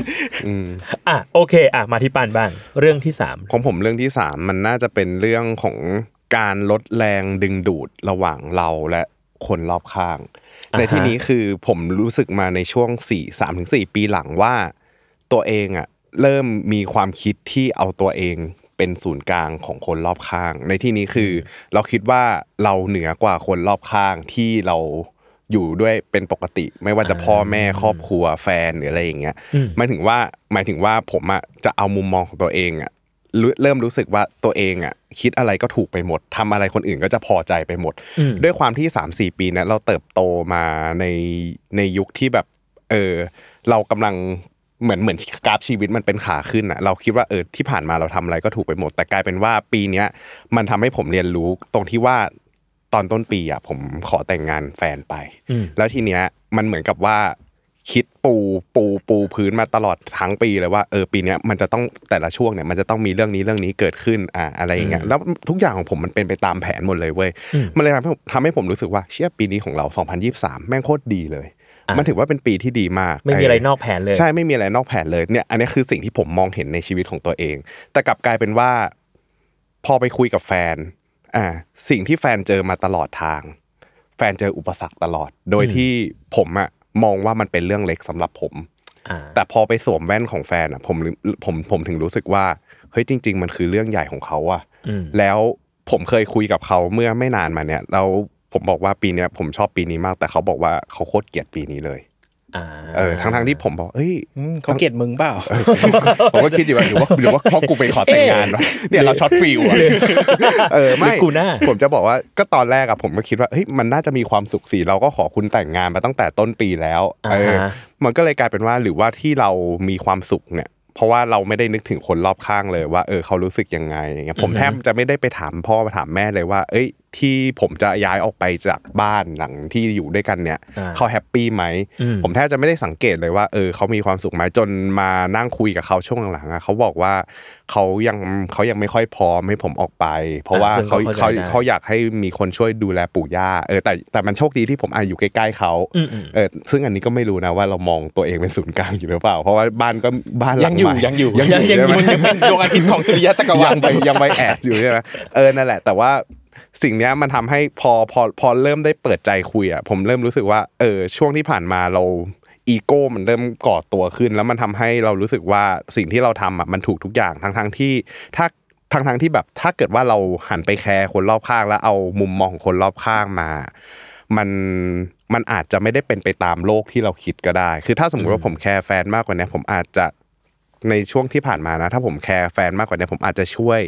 Speaker 4: อืม
Speaker 2: อ่ะโอเค อ่ะมาที่ปานบ้าง เรื่องที่สาม
Speaker 4: ของผมเรื่องที่สามมันน่าจะเป็นเรื่องของการลดแรงดึงดูดระหว่างเราและคนรอบข้าง ในที่นี้คือผมรู้สึกมาในช่วงสี่สามถึงสี่ปีหลังว่า ตัวเองอะเริ่มมีความคิดที่เอาตัวเองเป็นศูนย์กลางของคนรอบข้าง ในที่นี้คือ เราคิดว่าเราเหนือกว่าคนรอบข้างที่เราอยู่ด้วยเป็นปกติ ไม่ว่าจะพ่อแม่ครอบครัวแฟนหรืออะไรอย่างเงี้ยหมายถึงว่าหมายถึงว่าผมอะจะเอามุมมองของตัวเองอะ รู้เริ่มรู้สึกว่าตัวเองอ่ะคิดอะไรก็ถูกไปหมดทำอะไรคนอื่นก็จะพอใจไปหมด ด้วยความที่ 3 4 ปีเนะเราเติบโตมาในในยุคที่แบบเออเรากำลังเหมือนเหมือนกราฟชีวิตมันเป็นขาขึ้นอ่ะเราคิดว่าเออที่ผ่านมาเราทำอะไรก็ถูกไปหมด แต่กลายเป็นว่าปีเนี้ยมันทำให้ผมเรียนรู้ตรงที่ว่าตอนต้นปีอ่ะผมขอแต่งงานแฟนไป แล้วทีเนี้ยมันเหมือนกับว่า คิดปูปูปูพื้นมาตลอดทั้งปีเลยว่าเออปีเนี้ยมันจะต้องแต่ละช่วงเนี่ยมันจะต้องมีเรื่องนี้เรื่องนี้เกิดขึ้นอ่าอะไรอย่างเงี้ยแล้วทุกอย่างของผมมันเป็นไปตามแผนหมดเลยเว้ยมันเลยทำให้ผมทำให้ผมรู้สึกว่าเชี่ยปีนี้ของเรา 2023 แม่งโคตรดีเลย มันถือว่าเป็นปีที่ดีมาก
Speaker 2: ไม่มีอะไรนอกแผนเลย
Speaker 4: ใช่ไม่มีอะไรนอกแผนเลยเนี่ยอันนี้คือสิ่งที่ผมมองเห็นในชีวิตของตัวเอง แต่กลับกลายเป็นว่า พอไปคุยกับแฟนอ่าสิ่งที่แฟนเจอมาตลอดทาง แฟนเจออุปสรรคตลอด โดยที่ผมอะมองว่ามันเป็นเรื่องเล็กสำหรับผม
Speaker 2: อ่า
Speaker 4: แต่พอไปสวมแว่นของแฟนอะผมลืมผมผมถึงรู้สึกว่าเฮ้ยจริง ๆ มันคือเรื่องใหญ่ของเขาอะ
Speaker 2: อืม
Speaker 4: แล้วผมเคยคุยกับเขาเมื่อไม่นานมาเนี่ยแล้วผมบอกว่าปีเนี้ยผมชอบปีนี้มาก แต่เขาบอกว่าเขาโคตรเกลียดปีนี้เลย
Speaker 2: อ่า
Speaker 4: เออทั้งทที่ผมบอกเอ้ย
Speaker 3: อืมเขาเกลียดมึงเปล่า
Speaker 4: ผมก็คิดอยู่ว่าหรือว่าหรือว่าเพราะกูไปขอแต่งงานวะเนี่ยเราช็อตฟิลอะเอ
Speaker 2: ห
Speaker 4: อ
Speaker 2: รื
Speaker 4: ไม่
Speaker 2: อกูหน้า
Speaker 4: ผมจะบอกว่าก็ตอนแรกอะผมก็คิดว่าเฮ้ยมันน่าจะมีความสุขสิเราก็ขอคุณแต่งงานมาตั้งแต่ต้นปีแล้วเออมันก็เลยกลายเป็นว่าหรือว่าที่เรามีความสุขเนี่ย เพราะว่าเราไม่ได้นึกถึงคนรอบข้างเลยว่าเออเขารู้สึกยังไงอย่างเงี้ยผมแทบจะไม่ได้ไปถามพ่อถามแม่เลยว่า เอ้ย ที่ผมจะย้ายออกไปจากบ้านหลังที่อยู่ด้วยกันเนี่ยเขาแฮปปี้ไหม ผมแทบจะไม่ได้สังเกตเลยว่าเออเขามีความสุขไหมจนมานั่งคุยกับเขาช่วงหลังๆอะเขาบอกว่าเขายังเขายังไม่ค่อยพร้อมให้ผมออกไป เพราะว่า
Speaker 2: อ่าซึ่งก็
Speaker 4: เขา
Speaker 2: เข้าใจ
Speaker 4: เขา
Speaker 2: ได้
Speaker 4: เขาอยากให้มีคนช่วยดูแลปู่ย่าเออแต่แต่มันโชคดีที่ผมอาอยู่ใกล้ๆเขาเออซึ่งอันนี้ก็ไม่รู้นะว่าเรามองตัวเองเป็นศูนย์กลางอยู่หรือเปล่า เพราะว่าบ้านก็บ้านหลั
Speaker 3: ยัง
Speaker 4: ง
Speaker 3: อยู่
Speaker 4: ใหม่
Speaker 3: ยังอยู่
Speaker 4: ยังอยู่
Speaker 2: ยังอยู่
Speaker 4: ใช่ไหม
Speaker 3: ยังเป็นดวงอาทิตย์ของสุริยะจักรวาล
Speaker 4: ยังไปยังไปแอดอยู่ใช่ไหมเออนั่นแหละ แต่ว่าสิ่งเนี้ยมันทำให้พอพอพอเริ่มได้เปิดใจคุยอ่ะผมเริ่มรู้สึกว่าเออช่วงที่ผ่านมาเราอีโก้มันเริ่มก่อตัวขึ้น แล้วมันทำให้เรารู้สึกว่าสิ่งที่เราทำอ่ะมันถูกทุกอย่างทั้งทั้งๆที่ถ้าทั้งทั้งๆที่แบบถ้าเกิดว่าเราหันไปแคร์คนรอบข้าง แล้วเอามุมมองของคนรอบข้างมา มันมันอาจจะไม่ได้เป็นไปตามโลกที่เราคิดก็ได้ คือถ้าสมมติว่าผมแคร์แฟนมากกว่าเนี้ยผมอาจจะ ในช่วงที่ผ่านมานะ ถ้าผมแคร์แฟนมากกว่านี้ผมอาจจะช่วย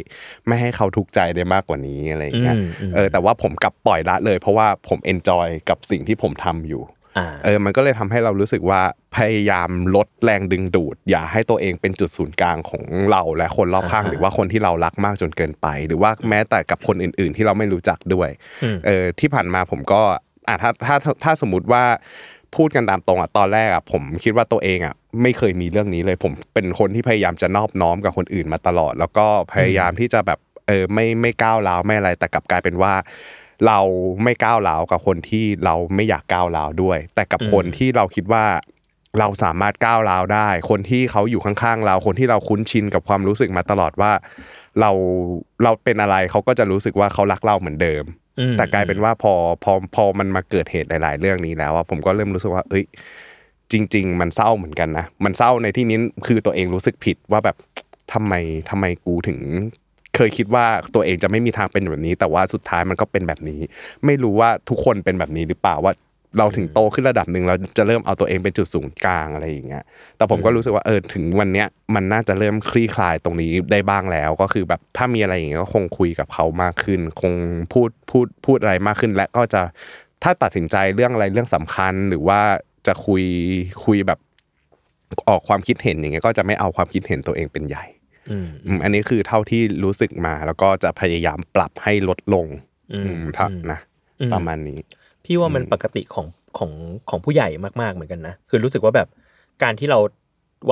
Speaker 4: ไม่ให้เขาทุกข์ใจได้มากกว่านี้อะไรอย่างเงี้ย
Speaker 2: อืมอืม
Speaker 4: เออแต่ว่าผมกลับปล่อยละเลย เพราะว่าผมเอนจอยกับสิ่งที่ผมทำอยู่
Speaker 2: อ่า
Speaker 4: เออ มันก็เลยทำให้เรารู้สึกว่าพยายามลดแรงดึงดูด อย่าให้ตัวเองเป็นจุดศูนย์กลางของเราและคนรอบข้าง
Speaker 2: อ่าฮะ
Speaker 4: หรือว่าคนที่เรารักมากจนเกินไป หรือว่าแม้แต่กับคนอื่น ๆ ที่เราไม่รู้จักด้วย
Speaker 2: อืม
Speaker 4: เออ ที่ผ่านมาผมก็อ่ะถ้าถ้าถ้าถ้าสมมติว่าพูดกันตามตรงอ่ะตอนแรกอ่ะผมคิดว่าตัวเองอ่ะไม่เคยมีเรื่องนี้เลยผมเป็นคนที่พยายามจะนอบน้อมกับคนอื่นมาตลอด แล้วก็พยายามที่จะแบบเออไม่ไม่ก้าวร้าวไม่อะไรแต่กลับกลายเป็นว่า เราไม่ก้าวร้าวกับคนที่เราไม่อยากก้าวร้าวด้วย แต่กับคนที่เราคิดว่าเราสามารถก้าวร้าวได้ คนที่เขาอยู่ข้างๆเราคนที่เราคุ้นชินกับความรู้สึกมาตลอดว่า เราเราเป็นอะไรเขาก็จะรู้สึกว่าเขารักเราเหมือนเดิม
Speaker 2: อืม
Speaker 4: แต่กลายเป็นว่าพอพอพอมันมาเกิดเหตุหลาย ๆ เรื่องนี้แล้วอะผมก็เริ่มรู้สึกว่า เอ้ย จริง ๆ มันเศร้าเหมือนกันนะ มันเศร้าในที่นี้คือตัวเองรู้สึกผิดว่าแบบทำไมทำไมกูถึง เคยคิดว่าตัวเองจะไม่มีทางเป็นแบบนี้ แต่ว่าสุดท้ายมันก็เป็นแบบนี้ ไม่รู้ว่าทุกคนเป็นแบบนี้หรือเปล่าว่า เราถึงโตขึ้นระดับหนึ่งเราจะเริ่มเอาตัวเองเป็นจุดศูนย์กลางอะไรอย่างเงี้ย แต่ผมก็รู้สึกว่าเออถึงวันเนี้ยมันน่าจะเริ่มคลี่คลายตรงนี้ได้บ้างแล้ว ก็คือแบบถ้ามีอะไรอย่างเงี้ยก็คงคุยกับเขามากขึ้น คงพูดพูดพูดอะไรมากขึ้น และก็จะถ้าตัดสินใจเรื่องอะไรเรื่องสำคัญ หรือว่าจะคุยคุยแบบออกความคิดเห็นอย่างเงี้ยก็จะไม่เอาความคิดเห็นตัวเองเป็นใหญ่
Speaker 2: อืม
Speaker 4: อืมอันนี้คือเท่าที่รู้สึกมาแล้วก็จะพยายามปรับให้ลดลง อืมถ้านะ
Speaker 2: อืม
Speaker 4: ประมาณนี้
Speaker 2: พี่ว่ามันปกติของของของผู้ใหญ่มากๆเหมือนกันนะ คือรู้สึกว่าแบบการที่เรา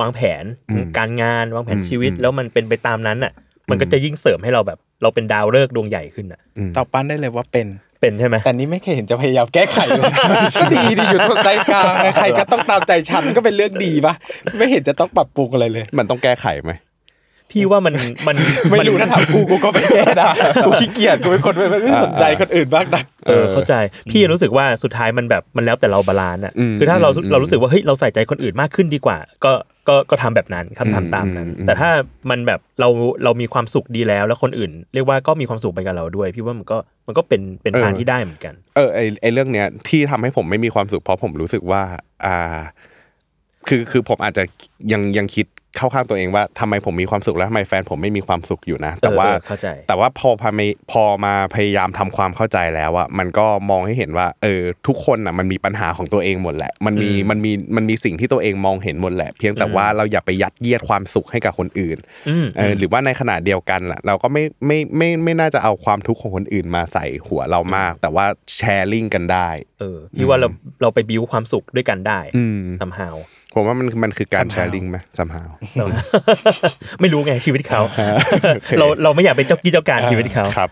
Speaker 2: วางแผน
Speaker 4: อืม
Speaker 2: การงานวางแผน
Speaker 4: อืม
Speaker 2: ชีวิต
Speaker 4: อืม
Speaker 2: แล้วมันเป็นไปตามนั้นน่ะ มันก็จะยิ่งเสริมให้เราแบบ เราเป็นดาวฤกษ์ดวงใหญ่ขึ้นน่ะ
Speaker 4: อืม
Speaker 3: ตอบปั้นได้เลยว่าเป็น
Speaker 2: เป็นใช่ไหม
Speaker 3: แต่นี้ไม่เคยเห็นจะพยายามแก้ไขเลย ก็ดีดีอยู่ตรงใจกลางนะใครก็ต้องตามใจฉันก็เป็นเรื่องดีปะไม่เห็นจะต้องปรับปรุงอะไรเลย
Speaker 4: มันต้องแก้ไขไหม
Speaker 2: พี่ว่ามันมัน
Speaker 3: ไม่รู้
Speaker 2: น
Speaker 3: ถ้าถามกูกูก็ไม่แก้นะกูขี้เกียจกูเป็นคนไม่ได้สนใจคนอื่นบ้างนะ
Speaker 2: เออเข้าใจพี่รู้สึกว่าสุดท้ายมันแบบมันแล้วแต่เราบาลานซ์อ่ะ
Speaker 4: อืม
Speaker 2: คือถ้าเรา
Speaker 4: อืม
Speaker 2: เรารู้สึกว่าเฮ้ยเราใส่ใจคนอื่นมากขึ้นดีกว่า ก็ก็ก็ทำแบบนั้นครับ
Speaker 4: อืม
Speaker 2: ทำตามนั้น
Speaker 4: อืม
Speaker 2: แต่ถ้ามันแบบเราเรามีความสุขดีแล้ว แล้วคนอื่น เรียกว่าก็มีความสุขไปกับเราด้วย พี่ว่ามันก็มันก็เป็นเป็นทางที่ได้เหมือนกัน
Speaker 4: เออไอไอเรื่องเนี้ยที่ทำให้ผมไม่มีความสุขเพราะผมรู้สึกว่าอ่า คือคือผมอาจจะยังยังคิดเข้าข้างตัวเองว่าทำไมผมมีความสุขแล้วทำไมแฟนผมไม่มีความสุขอยู่นะ แต่ว่า
Speaker 2: เออเออเข้าใจ
Speaker 4: แต่ว่าพอพามาพอมาพยายามทำความเข้าใจแล้วอะมันก็มองให้เห็นว่า เออ ทุกคนอะมันมีปัญหาของตัวเองหมดแหละ มันมีมันมีมันมีสิ่งที่ตัวเองมองเห็นหมดแหละ เพียงแต่ว่าเราอย่าไปยัดเยียดความสุขให้กับคนอื่น
Speaker 2: อืม
Speaker 4: เออหรือว่าในขณะเดียวกันล่ะเราก็ไม่ไม่ไม่ไม่น่าจะเอาความทุกข์ของคนอื่นมาใส่หัวเรามาก แต่ว่าแชร์ลิงกันได้
Speaker 2: เออพี่ว่าเราเราไปบิวความสุขด้วยกันได้
Speaker 4: อืม
Speaker 2: ซัมฮาว
Speaker 4: ผมว่ามันมันคือการ
Speaker 3: Somehow
Speaker 4: แชร์ลิงไหมสัมหาว
Speaker 2: ไม่รู้ไงชีวิตเขาเราเราไม่อยากเป็นเจ้ากี้เจ้าการชีวิตเขา
Speaker 4: ครับ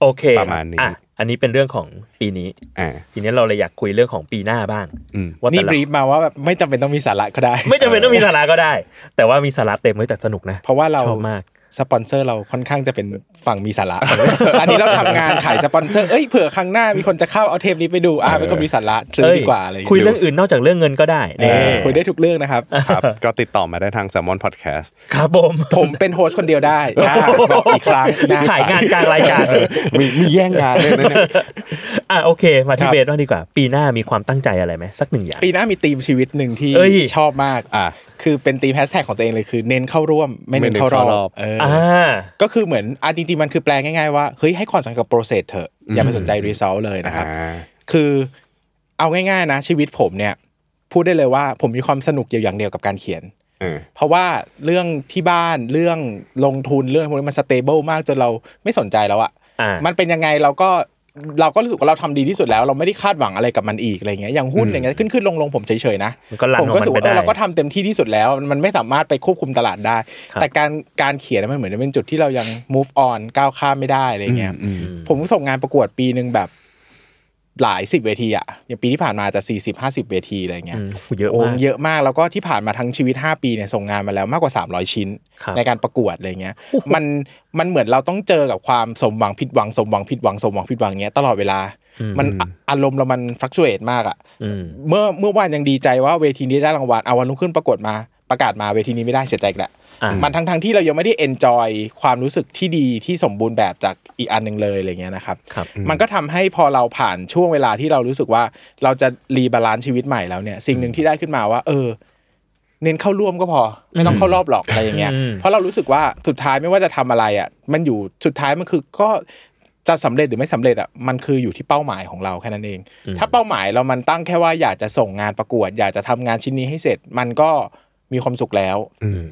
Speaker 2: โอเค
Speaker 4: ประมาณนี้
Speaker 2: อ่ะอันนี้เป็นเรื่องของปีนี้
Speaker 4: อ่า
Speaker 2: ทีนี้เราเลยอยากคุยเรื่องของปีหน้าบ้าง
Speaker 4: อืม
Speaker 2: ว่า
Speaker 3: นี่
Speaker 2: แต่ละ
Speaker 3: บรีฟมาว่าแบบไม่จำเป็นต้องมีสาระก็ได้
Speaker 2: ไม่จำเป็นต้องมีสาระก็ได้ แต่ว่ามีสาระเต็มเลยแต่สนุกนะ
Speaker 3: เพราะว่าเรา
Speaker 2: ชอบมาก
Speaker 3: สปอนเซอร์เราค่อนข้างจะเป็นฝั่งมีสาระ อันนี้เราทำงานขายสปอนเซอร์เอ้ยเผื่อครั้งหน้ามีคนจะเข้าเอาเทปนี้ไปดูอ่าเป็นคนมีสาระซื้อ
Speaker 2: เอ้ย
Speaker 3: ดีกว่าอะไราง
Speaker 2: คุย
Speaker 3: งี้
Speaker 2: เรื่องอื่นนอกจากเรื่องเงินก็ได้
Speaker 3: เอ
Speaker 2: เนี่ย
Speaker 3: อคุยได้ทุกเรื่องนะครับ
Speaker 4: ครับ ก็ติดต่อมาได้ทาง s ซ l m o n Podcast
Speaker 2: ครับผม
Speaker 3: ผมเป็นโฮสต์คนเดียว ได้อ่าบอกอีกครั้งนะ
Speaker 2: ขายงานกลางรายการเลย
Speaker 4: มีมีแย่งงานด้วยนะเนี่ย
Speaker 2: อ่ะโอเค มาที่เบสบ้างดีกว่า ปีหน้ามีความตั้งใจอะไรไหมสักหนึ่งอย่าง
Speaker 3: ปีหน้ามีธีมชีวิตหนึ่งที่
Speaker 2: เอ้ย
Speaker 3: ชอบมาก
Speaker 4: อ่า
Speaker 3: คือเป็นธีมแฮชแท็กของตัวเองเลยคือเน้นเข้าร่วมไม่เน้นเข้าร
Speaker 4: ไม่เน้นเข้าร
Speaker 3: อ
Speaker 4: อ
Speaker 3: บบ เอออ
Speaker 2: อ่า
Speaker 3: ก็คือเหมือนอ่ะจริงๆ มันคือแปลง่ายๆว่า เฮ้ย ให้ความสำคัญกับโปรเซสเถอะ อย่าไปสนใจรีซอสเลยนะครับ
Speaker 4: อ่า
Speaker 3: คือเอาง่ายๆนะ ชีวิตผมเนี่ย พูดได้เลยว่าผมมีความสนุกอยู่อย่างเดียวกับการเขียน
Speaker 4: เออ
Speaker 3: เพราะว่าเรื่องที่บ้านเรื่องลงทุนเรื่องพวกนี้มันสเตเบิลมากจนเราไม่สนใจแล้วอะ
Speaker 2: อ่ามั
Speaker 3: มันเป็นยังไงเราก็เราก็รู้สึกว่าเราทำดีที่สุดแล้ว เราไม่ได้คาดหวังอะไรกับมันอีกอะไรเงี้ยอย่างหุ้นอย่างเงี้ยขึ้นขึ้นลงลงผมเฉยๆนะ
Speaker 2: มันก็รัน
Speaker 3: ผมก็รู้สึกว่า
Speaker 2: ของมันไป
Speaker 3: เออ
Speaker 2: ได้
Speaker 3: เราก็ทำเต็มที่ที่สุดแล้ว มันไม่สามารถไปควบคุมตลาดได้
Speaker 2: ครับ
Speaker 3: แต่การการเขียนมันเหมือนเป็นจุดที่เรายัง move on ก้าวข้ามไม่ได้อะไรเงี้ย ผมส่งงานประกวดปีหนึ่งแบบหลายสิบเวทีอะอย่างปีที่ผ่านมาจะสี่สิบห้าสิบเวทีอะไรเงี้ย
Speaker 2: อืมเยอะ
Speaker 3: โอ้
Speaker 2: มาก
Speaker 3: เยอะมากแล้วก็ที่ผ่านมาทั้งชีวิต 5 ปีเนี่ยส่งงานมาแล้วมากกว่า 300 ชิ้น
Speaker 2: ครับ
Speaker 3: ในการประกวดอะไรเงี้ยมันมันเหมือนเราต้องเจอกับความสมหวังผิดหวังสมหวังผิดหวังสมหวังผิดหวังเงี้ยตลอดเวลา มันอะอารมณ์เรามันฟลักซูเอตมากอะ
Speaker 2: อืม
Speaker 3: เมื่อเมื่อวานยังดีใจว่าเวทีนี้ได้รางวัลเอาวันรุ่งขึ้นประกวดมาประกาศมาเวทีนี้ไม่ได้เสียใจอีกแหละ
Speaker 2: อ่ะ
Speaker 3: มันทั้งทั้งๆที่เรายังไม่ได้เอนจอยความรู้สึกที่ดีที่สมบูรณ์แบบจากอีกอันหนึ่งเลยอะไรเงี้ยนะครับ
Speaker 2: ครับ
Speaker 3: มันก็ทำให้พอเราผ่านช่วงเวลาที่เรารู้สึกว่าเราจะรีบาลานซ์ชีวิตใหม่แล้วเนี่ย สิ่งหนึ่งที่ได้ขึ้นมาว่า เออ เน้นเข้าร่วมก็พอ ไม่ต้องเข้ารอบหรอกอะไรอย่างเงี้ย
Speaker 2: อืม
Speaker 3: เพราะเรารู้สึกว่าสุดท้ายไม่ว่าจะทำอะไรอ่ะมันอยู่สุดท้ายมันคือก็จะสำเร็จหรือไม่สำเร็จอ่ะมันคืออยู่ที่เป้าหมายของเราแค่นั้นเอง ถ้าเป้าหมายเรามันตั้งแค่ว่าอยากจะส่งงานประกวด อยากจะทำงานชิ้นนี้ให้เสร็จมันก็มีความสุขแล้ว
Speaker 4: อืม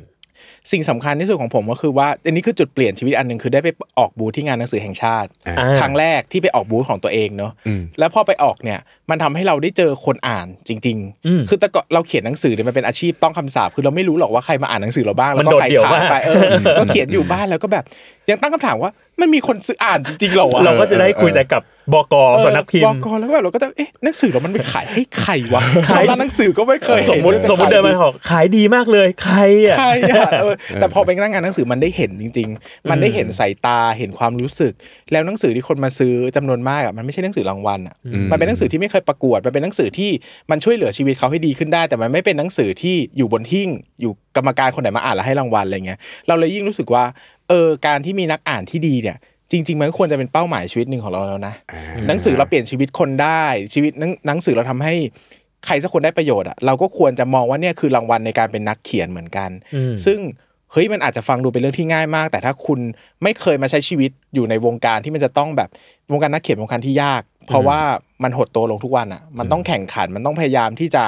Speaker 3: สิ่งสำคัญที่สุดของผมก็คือว่าอันนี้คือจุดเปลี่ยนชีวิตอันหนึ่งคือได้ไปออกบูธที่งานหนังสือแห่งชาติ
Speaker 4: อ่า
Speaker 3: ครั้งแรกที่ไปออกบูธของตัวเองเนาะ
Speaker 4: อืม
Speaker 3: แล้วพอไปออกเนี่ยมันทำให้เราได้เจอคนอ่านจริง
Speaker 2: อืม
Speaker 3: ๆ คือแต่ก่อนเราเขียนหนังสือเนี่ยมันเป็นอาชีพต้องคำสาปคือเราไม่รู้หรอกว่าใครมาอ่านหนังสือเราบ้างแล้ว
Speaker 2: มัน
Speaker 3: ก็
Speaker 2: โดด
Speaker 3: ใคร
Speaker 2: เดี่ยว
Speaker 3: ขาย
Speaker 2: มาก
Speaker 3: ไปเออก็เขียนอยู่บ้านแล้วก็แบบยังตั้งคำถามว่ามันมีคนซื้ออ่านจริงๆเหรอวะ
Speaker 2: เราก็จะได้คุยแต่กับบก
Speaker 3: เออ
Speaker 2: สำนักพิม
Speaker 3: บอก
Speaker 2: พ์
Speaker 3: ก่อนแล้วก็แบบเราก็จะเอ๊ะหนังสือเรามันไปขายให้ใครวะ
Speaker 2: ใคร
Speaker 3: ร้านหนังสือก็ไม่เคยเห็น
Speaker 2: สมมติ
Speaker 3: ลย
Speaker 2: สมมติเดินมาบอกขายดีมากเลยใครอ่ะ
Speaker 3: ใช่อะเออแต่พอเป็นนักงานหนังสือมันได้เห็นจริง ๆ มันได้เห็นสายตาเห็นความรู้สึก แล้วหนังสือที่คนมาซื้อจำนวนมากอะมันไม่ใช่หนังสือรางวัลอะมันเป็นหนังสือที่ไม่เคยประกวด มันเป็นหนังสือที่มันช่วยเหลือชีวิตเขาให้ดีขึ้นได้ แต่มันไม่เป็นหนังสือที่อยู่บนหิ้ง อยู่กรรมการคนไหนมาอ่านแล้วให้รางวัลอะไรเงี้ยเราเลยยิ่งรู้สึกว่าเออการที่มีนักอ่านที่ดีเนี่ย จริง ๆ มันควรจะเป็นเป้าหมายชีวิตหนึ่งของเราแล้วนะ หนังสือเราเปลี่ยนชีวิตคนได้ชีวิตหนังหนังสือเราทำให้ใครสักคนได้ประโยชน์อะเราก็ควรจะมองว่าเนี่ยคือรางวัลในการเป็นนักเขียนเหมือนกัน
Speaker 2: อืม
Speaker 3: ซึ่งเฮ้ยมันอาจจะฟังดูเป็นเรื่องที่ง่ายมาก แต่ถ้าคุณไม่เคยมาใช้ชีวิตอยู่ในวงการที่มันจะต้องแบบวงการนักเขียนวงการที่ยาก เพราะว่ามันหดตัวลงทุกวันอะมันต้องแข่งขันมันต้องพยายามที่จะ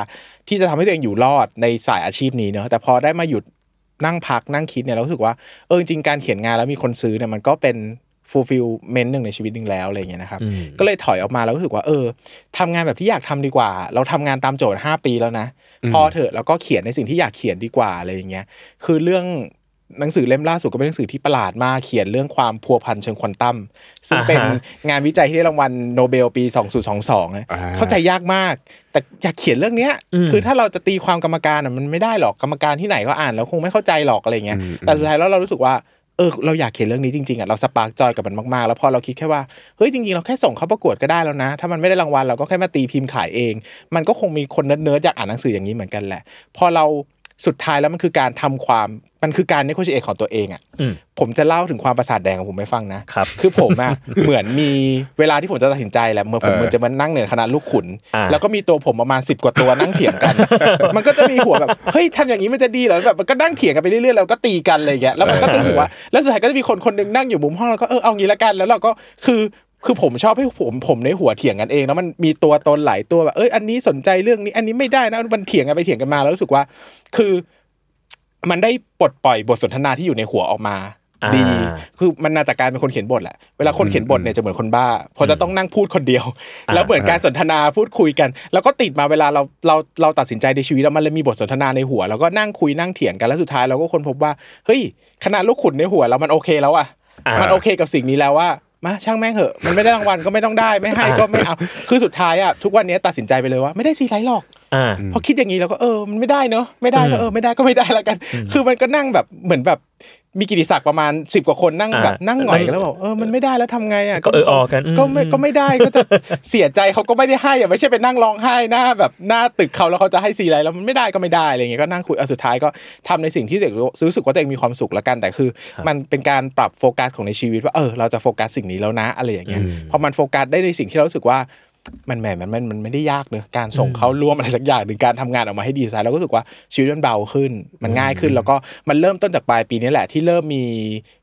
Speaker 3: ที่จะทำให้ตัวเองอยู่รอดในสายอาชีพนี้เนอะแต่พอได้มาหยุดนั่งพักนั่งคิดเนี่ยเรารู้สึกว่าเออจริงๆการเขียนงานแล้วมีคนซื้อเนี่ยมันก็เป็น fulfillment หนึ่งในชีวิตหนึ่งแล้วอะไรอย่างเงี้ยนะครับ
Speaker 2: อืม
Speaker 3: ก็เลยถอยออกมาแล้วรู้สึกว่าเออทำงานแบบที่อยากทำดีกว่า เราทำงานตามโจทย์ 5 ปีแล้วนะ พอเถอะแล้วก็เขียนในสิ่งที่อยากเขียนดีกว่าอะไรอย่างเงี้ยคือเรื่องหนังสือเล่มล่าสุดก็เป็นหนังสือที่ประหลาดมากเขียนเรื่องความพัวพันเชิงควอนตัมซึ่ง
Speaker 2: อ่าฮะ
Speaker 3: เป็นงานวิจัยที่ได้รางวัลโนเบลปี 2022นะ
Speaker 4: อ่า
Speaker 3: เข้าใจยากมาก แต่อยากเขียนเรื่องเนี้ยคือถ้าเราจะตีความกรรมการอ่ะมันไม่ได้หรอกกรรมการที่ไหนก็อ่านแล้วคงไม่เข้าใจหรอกอะไรเงี้ยแต่สุดท้ายแล้วเรารู้สึกว่าเออเราอยากเขียนเรื่องนี้จริงๆอ่ะเราสปาร์กจอยกับมันมากๆ แล้วพอเราคิดแค่ว่าเฮ้ยจริงๆเราแค่ส่งเข้าประกวดก็ได้แล้วนะ ถ้ามันไม่ได้รางวัลเราก็แค่มาตีพิมพ์ขายเอง มันก็คงมีคนเนิร์ดๆอยากอ่านหนังสืออย่างนี้เหมือนกันแหละ พอเราสุดท้ายแล้วมันคือการทำความมันคือการเนโคชเอทของตัวเองอ่ะ
Speaker 2: อืม
Speaker 3: ผมจะเล่าถึงความประสาทแดงของผมให้ฟังนะ
Speaker 2: ครับ
Speaker 3: คือผมอะ เหมือนมีเวลาที่ผมจะตัดสินใจแหละเหมื่อนผม
Speaker 4: เออ
Speaker 3: เหมือนจะมานั่งเหนือคณะลูกขุน
Speaker 2: อ่า
Speaker 3: แล้วก็มีตัวผมประมาณสิบกว่าตัวนั่งเถียงกัน มันก็จะมีหัวแบบเฮ้ยทำอย่างนี้มันจะดีเหรอแบบมันก็นั่งเถียงกันไปเรื่อยๆแล้วก็ตีกันอะไรอย่างเงี้ยแล้วมันก็จะรู้สึกว่าแล้วสุดท้ายก็จะมีคนคนหนึงนั่งอยู่มุมห้องแล้วก็เออเอางี้ละกันแล้วเราก็คือคือผมชอบให้ผมผมในหัวเถียงกันเองแล้วมันมีตัวตนหลายตัวแบบเอ้ยอันนี้สนใจเรื่องนี้อันนี้ไม่ได้นะมันเถียงกันไปเถียงกันมาแล้วรู้สึกว่า คือ มันได้ปลดปล่อยบทสนทนาที่อยู่ในหัวออกมา
Speaker 2: อ่า
Speaker 3: ดี คือมันนาจากการเป็นคนเขียนบทแหละ เวลาคนเขียนบทเนี่ยจะเหมือนคนบ้าเพราะจะต้องนั่งพูดคนเดียว แล้วเหมือนการสนทนาพูดคุยกัน แล้วก็ติดมาเวลาเราเราเราตัดสินใจในชีวิตแล้วมันเลยมีบทสนทนาในหัว แล้วก็นั่งคุยนั่งเถียงกันแล้วสุดท้ายเราก็ค้นพบว่าเฮ้ยขนาดลูกขุนในหัวเรามันโอเคแล้วอะ
Speaker 2: อ่ามั
Speaker 3: มันโอเคกับสิ่งนี้แล้วว่ามาช่างแม่งเหอะ มันไม่ได้รางวัลก็ไม่ต้องได้ไม่ให้ก็ไม่เอา คือสุดท้ายอะทุกวันนี้ตัดสินใจไปเลยว่าไม่ได้ซีไรหรอก
Speaker 2: อ่า
Speaker 3: พอคิดอย่างนี้เราก็เออมันไม่ได้เนอะไม่ได้ก็เออไม่ได้ก็ไม่ได้ละกัน คือมันก็นั่งแบบเหมือนแบบมีกิติศักดิ์ประมาณสิบกว่าคนนั่ง
Speaker 2: อ่า
Speaker 3: แบบนั่งหงอย
Speaker 2: นั่
Speaker 3: กัน
Speaker 2: ง
Speaker 3: แล้วบอกเออมันไม่ได้แล้วทำไงอ่ะ
Speaker 2: ก็เออออกกันอืม
Speaker 3: ก็ไม่ก็ไม่ได้ก็จะ เสียใจเขาก็ไม่ได้ให้อ่ะไม่ใช่ไปนั่งร้องไห้หน้าแบบหน้าตึกเขาแล้วเขาจะให้ซีไรแล้วมันไม่ได้ก็ไม่ได้อะไรเงี้ยก็นั่งคุยเอาสุดท้ายก็ทำในสิ่งที่ตัวเด็กรู้สึกว่าตัวเองมีความสุขละกันแต่คือ มันเป็นการปรับโฟกัสของในชีวิตว่าเออเราจะโฟกัสสิ่งนี้แล้วนะอะไรอย่างเงี้ย
Speaker 4: อืม
Speaker 3: พอมันโฟกัสได้ในสิ่งที่เรารู้สึกว่า มันแหมมันมันมันไม่ได้ยากเนอะการส่งเขาร่วมอะไรสักอย่างหรือการทำงานออกมาให้ดีไซน์เราก็รู้สึกว่าชีวิตมันเบาขึ้น มันง่ายขึ้นแล้วก็มันเริ่มต้นจากปลายปีนี้แหละที่เริ่มมี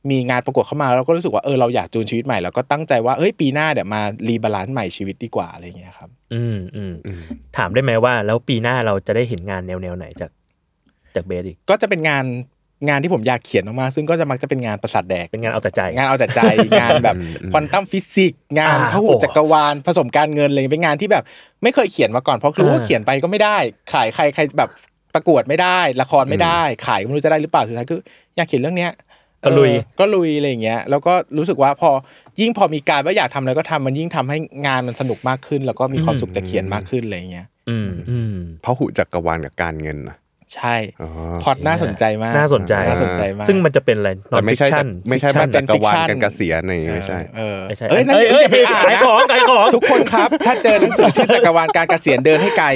Speaker 3: มีงานประกวดเข้ามาแล้วเราก็รู้สึกว่าเออเราอยากจูนชีวิตใหม่แล้วก็ตั้งใจว่าเอ้ยปีหน้าเดี๋ยวมารีบาลานซ์ใหม่ชีวิตดีกว่าอะไรอย่างเงี้ยครับ
Speaker 2: อืมอืมถามได้ไหมว่า แล้วปีหน้าเราจะได้เห็นงานแนวแนวๆไหนจากจากเบสอีก
Speaker 3: ก็จะเป็นงานงานที่ผมอยากเขียนออกมาซึ่งก็จะมักจะเป็นงานประสาทแดก
Speaker 2: เป็นงานเอาแต่ใจ
Speaker 3: งานเอาแต่ ใจ งานแบบควอนตัมฟิสิกส์งาน
Speaker 2: อ่า
Speaker 3: พหุจักรวาลผสมการเงินอะไรอย่างเงี้ยเป็นงานที่แบบไม่เคยเขียนมาก่อนเพราะรู้ว่า
Speaker 2: อ่า
Speaker 3: เขียนไปก็ไม่ได้ ขายใครใครแบบประกวดไม่ได้ ละครไม่ได้ ขายก็ไม่รู้จะได้หรือเปล่าสุดท้ายคืออยากเขียนเรื่องเนี้ย
Speaker 2: ก็ลุย
Speaker 3: เออก็ลุยอะไรอย่างเงี้ยแล้วก็รู้สึกว่าพอยิ่งพอมีการว่าอยากทำอะไรก็ทำมันยิ่งทำให้งานมันสนุกมากขึ้น แล้วก็มีความสุขแต่เขียนมากขึ้นอะไรอย่างเงี้ย
Speaker 2: อืมอืม
Speaker 4: พหุจักรวาลกับการเงินนะ
Speaker 3: ใช่
Speaker 4: อ๋อ
Speaker 3: พล็อดน่าสนใจมาก
Speaker 2: น่าสนใจ
Speaker 3: น่าสนใจมาก
Speaker 2: ซึ่งมันจะเป็นอะไร
Speaker 4: แต่ไม่ใช่
Speaker 2: non-fiction
Speaker 4: ไม่ใช่
Speaker 2: fiction
Speaker 4: บ้านจักรวาล
Speaker 3: fiction
Speaker 4: กันเกษียณอะไรอย่างงี้ไม่ใช่
Speaker 3: เออ
Speaker 2: ไม่ใช่
Speaker 3: เอ้ยนั่น
Speaker 2: เอ้ย
Speaker 3: เดี๋ยวอย่าไปอ่าน
Speaker 2: ขาย
Speaker 3: นะ
Speaker 2: ของขายของ
Speaker 3: ทุกคนครับ ถ้าเจอหนังสือชื่อจักรวาลการเกษียณเดินให้ ไกล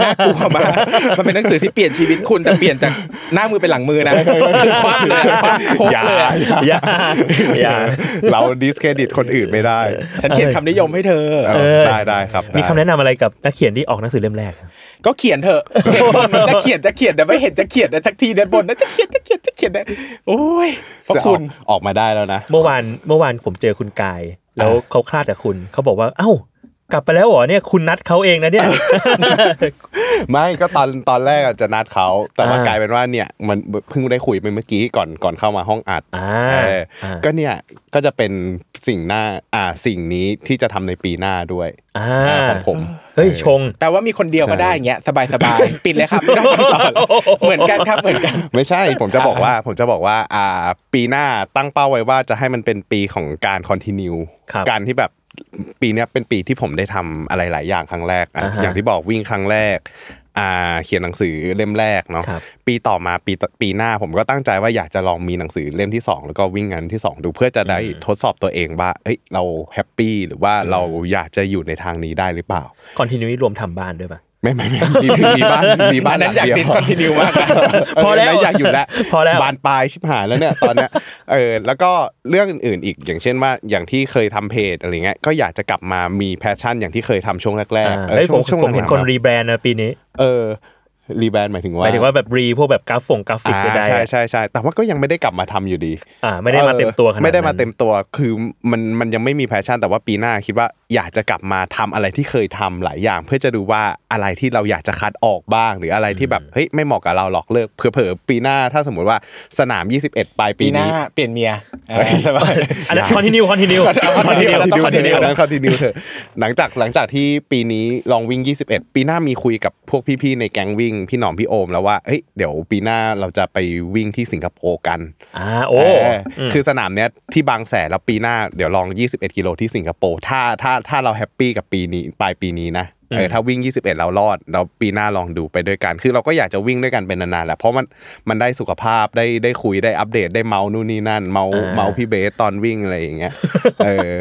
Speaker 3: น่ากลัวมากมันเป็นหนังสือที่เปลี่ยนชีวิตคุณแต่เปลี่ยนจากหน้ามือเป็นหลังมือนะคือคว่ำเลยอะคว่ำโคกเลยอะ
Speaker 2: อย่าอย่า
Speaker 4: เราดิสเครดิตคนอื่นไม่ได้
Speaker 3: ฉันเขียนคำนิยมให้เธอ
Speaker 4: เออได้ได้ครับ
Speaker 2: มี
Speaker 4: ได้
Speaker 2: คำแนะนำอะไรกับนักเขียนที่ออกหนังสือเล่มแรกครับ
Speaker 3: ก็เขียนเถอะเหตุผลมันจะเขียนจะเขียน นนะไม่เห็นจะเขียนนะทักทีเดินบนนะจะเขียนจะเขียนจะเขียนนะโอ้ยพระ
Speaker 4: จะ
Speaker 3: คุณ
Speaker 4: ออกออกมาได้แล้วนะ
Speaker 2: เมื่อวานเมื่อวานผมเจอคุณกาย แล้วเขาคลาดกับคุณเขาบอกว่า เอ้า กลับไปแล้วเหรอเนี่ยคุณนัดเขาเองนะเนี่ย
Speaker 4: ไม่ก็ตอนตอนแรกอะจะนัดเขาแต่ว่า
Speaker 2: อ่าก
Speaker 4: ลายเป็นว่าเนี่ยมันเพิ่งได้คุยไปเมื่อกี้ก่อนก่อนเข้ามาห้องอัด
Speaker 2: อ่า
Speaker 4: เอออา ก็เนี่ยก็จะเป็นสิ่งหน้าอ่าสิ่งนี้ที่จะทำในปีหน้าด้วย
Speaker 2: อ่า
Speaker 4: อ่าของผม
Speaker 2: เฮ้ยชง
Speaker 3: แต่ว่ามีคนเดียวก็ได้เงี้ยสบายสบายๆปิดเลยครับ ไม่ต้องติดต่อแล้วเหมือนกันครับเหมือนกัน
Speaker 4: ไม่ใช่ผมจะบอกว่าผมจะบอกว่าอ่าปีหน้าตั้งเป้าไว้ว่าจะให้มันเป็นปีของการคอนติเนีย
Speaker 2: ครับ
Speaker 4: การที่แบบปีเนี้ยเป็นปีที่ผมได้ทำอะไรหลายอย่างครั้งแรกอ่ะ
Speaker 2: อ่าฮะ
Speaker 4: อย่างที่บอกวิ่งครั้งแรกอ่าเขียนหนังสือเล่มแรกเนาะ
Speaker 2: ครับ
Speaker 4: ปีต่อมาปีต่อปีหน้าผมก็ตั้งใจว่าอยากจะลองมีหนังสือเล่มที่สองแล้วก็วิ่งงานที่สองดูเพื่อจะได้ทดสอบตัวเองว่าเอ้ยเราแฮปปี้หรือว่าเราอยากจะอยู่ในทางนี้ได้หรือเปล่า
Speaker 2: คอนติเนียรวมทำบ้านด้วยป่ะ
Speaker 4: ไม่ไม่ไม่มีมีบ้านมีบ้าน
Speaker 3: อันนั้น
Speaker 4: ห
Speaker 3: อ
Speaker 4: ลัง
Speaker 3: ยาก
Speaker 4: เดีว
Speaker 3: discontinue มากนะ
Speaker 2: พอแล้ว
Speaker 4: เนั้นอยากอยู่แล้ว
Speaker 2: พอแล้ว
Speaker 4: บานปลายชิบหายแล้วเนี่ยตอนเนี้ยเออแล้วก็เรื่องอื่นๆอีกอย่างเช่นว่าอย่างที่เคยทำเพจอะไรเงี้ยก็อยากจะกลับมามีแพชชั่นอย่างที่เคยทำช่วงแรก
Speaker 2: อ่า
Speaker 4: ๆ
Speaker 2: เฮ้ยผม
Speaker 4: ช่วง
Speaker 2: ผมเห็น
Speaker 4: ๆ
Speaker 2: คนรีแบรนด์นะปีนี้
Speaker 4: เออรีแบรนด์หมายถึง
Speaker 2: ห
Speaker 4: ว่า
Speaker 2: มายถึงว่าแบบรีพวกแบบกราฟงกราฟิก
Speaker 4: อ่า
Speaker 2: ใดๆ
Speaker 4: ใช่
Speaker 2: อะ
Speaker 4: ใช่ใช่แต่ว่าก็ยังไม่ได้กลับมาทำอยู่ดี
Speaker 2: อ่า ไม่ได้มาเต็มตัวขนาดนั้น
Speaker 4: ไม่ได้มาเต็มตัวคือมันมันยังไม่มีแพชชั่น แต่ว่าปีหน้าคิดว่าอยากจะกลับมาทำอะไรที่เคยทำหลายอย่าง เพื่อจะดูว่าอะไรที่เราอยากจะคัดออกบ้าง หรืออะไรที่แบบเฮ้ยไม่เหมาะกับเราหรอกเลิกเผลอๆปีหน้าถ้าสมมุติว่าสนาม 21 ปลาย
Speaker 3: ปี
Speaker 4: ปี
Speaker 3: หน้า
Speaker 4: นี้
Speaker 3: เปลี่ยนเมียเออสบาย
Speaker 2: อั นนั้นคอนติเนียคอนติเนียคอนติเนียต้องคอนติเนีย
Speaker 4: อันนั้นคอนติเนียเถอะหลังจากหลังจากที่ปีนี้ลองวิ่ง 21 ปีหน้ามีคุยกับพวกพี่ๆในแก๊งวิ่งพี่หนอมพี่โอมแล้วว่าเฮ้ยเดี๋ยวปีหน้าเราจะไปวิ่งที่สิงคโปร์กัน
Speaker 2: อ่าโอ้
Speaker 4: เออ
Speaker 2: ม
Speaker 4: คือสนามเนี้ยที่บางแสนแล้วปีหน้าเดี๋ยวลอง 21 กิโลที่สิงคโปร์ถ้าถ้าถ้าเราแฮปปี้กับปีนี้ปลายปีนี้นะเออ
Speaker 2: ม
Speaker 4: ถ้าวิ่ง 21 เรารอดเราปีหน้าลองดูไปด้วยกัน คือเราก็อยากจะวิ่งด้วยกันเป็นนานๆแหละเพราะมันมันได้สุขภาพได้ได้คุยได้อัปเดตได้เมาส์นู่นนี่นั่น เมาส์เมาส์พี่เบสตอนวิ่งอะไรอย่างเงี้ยเออ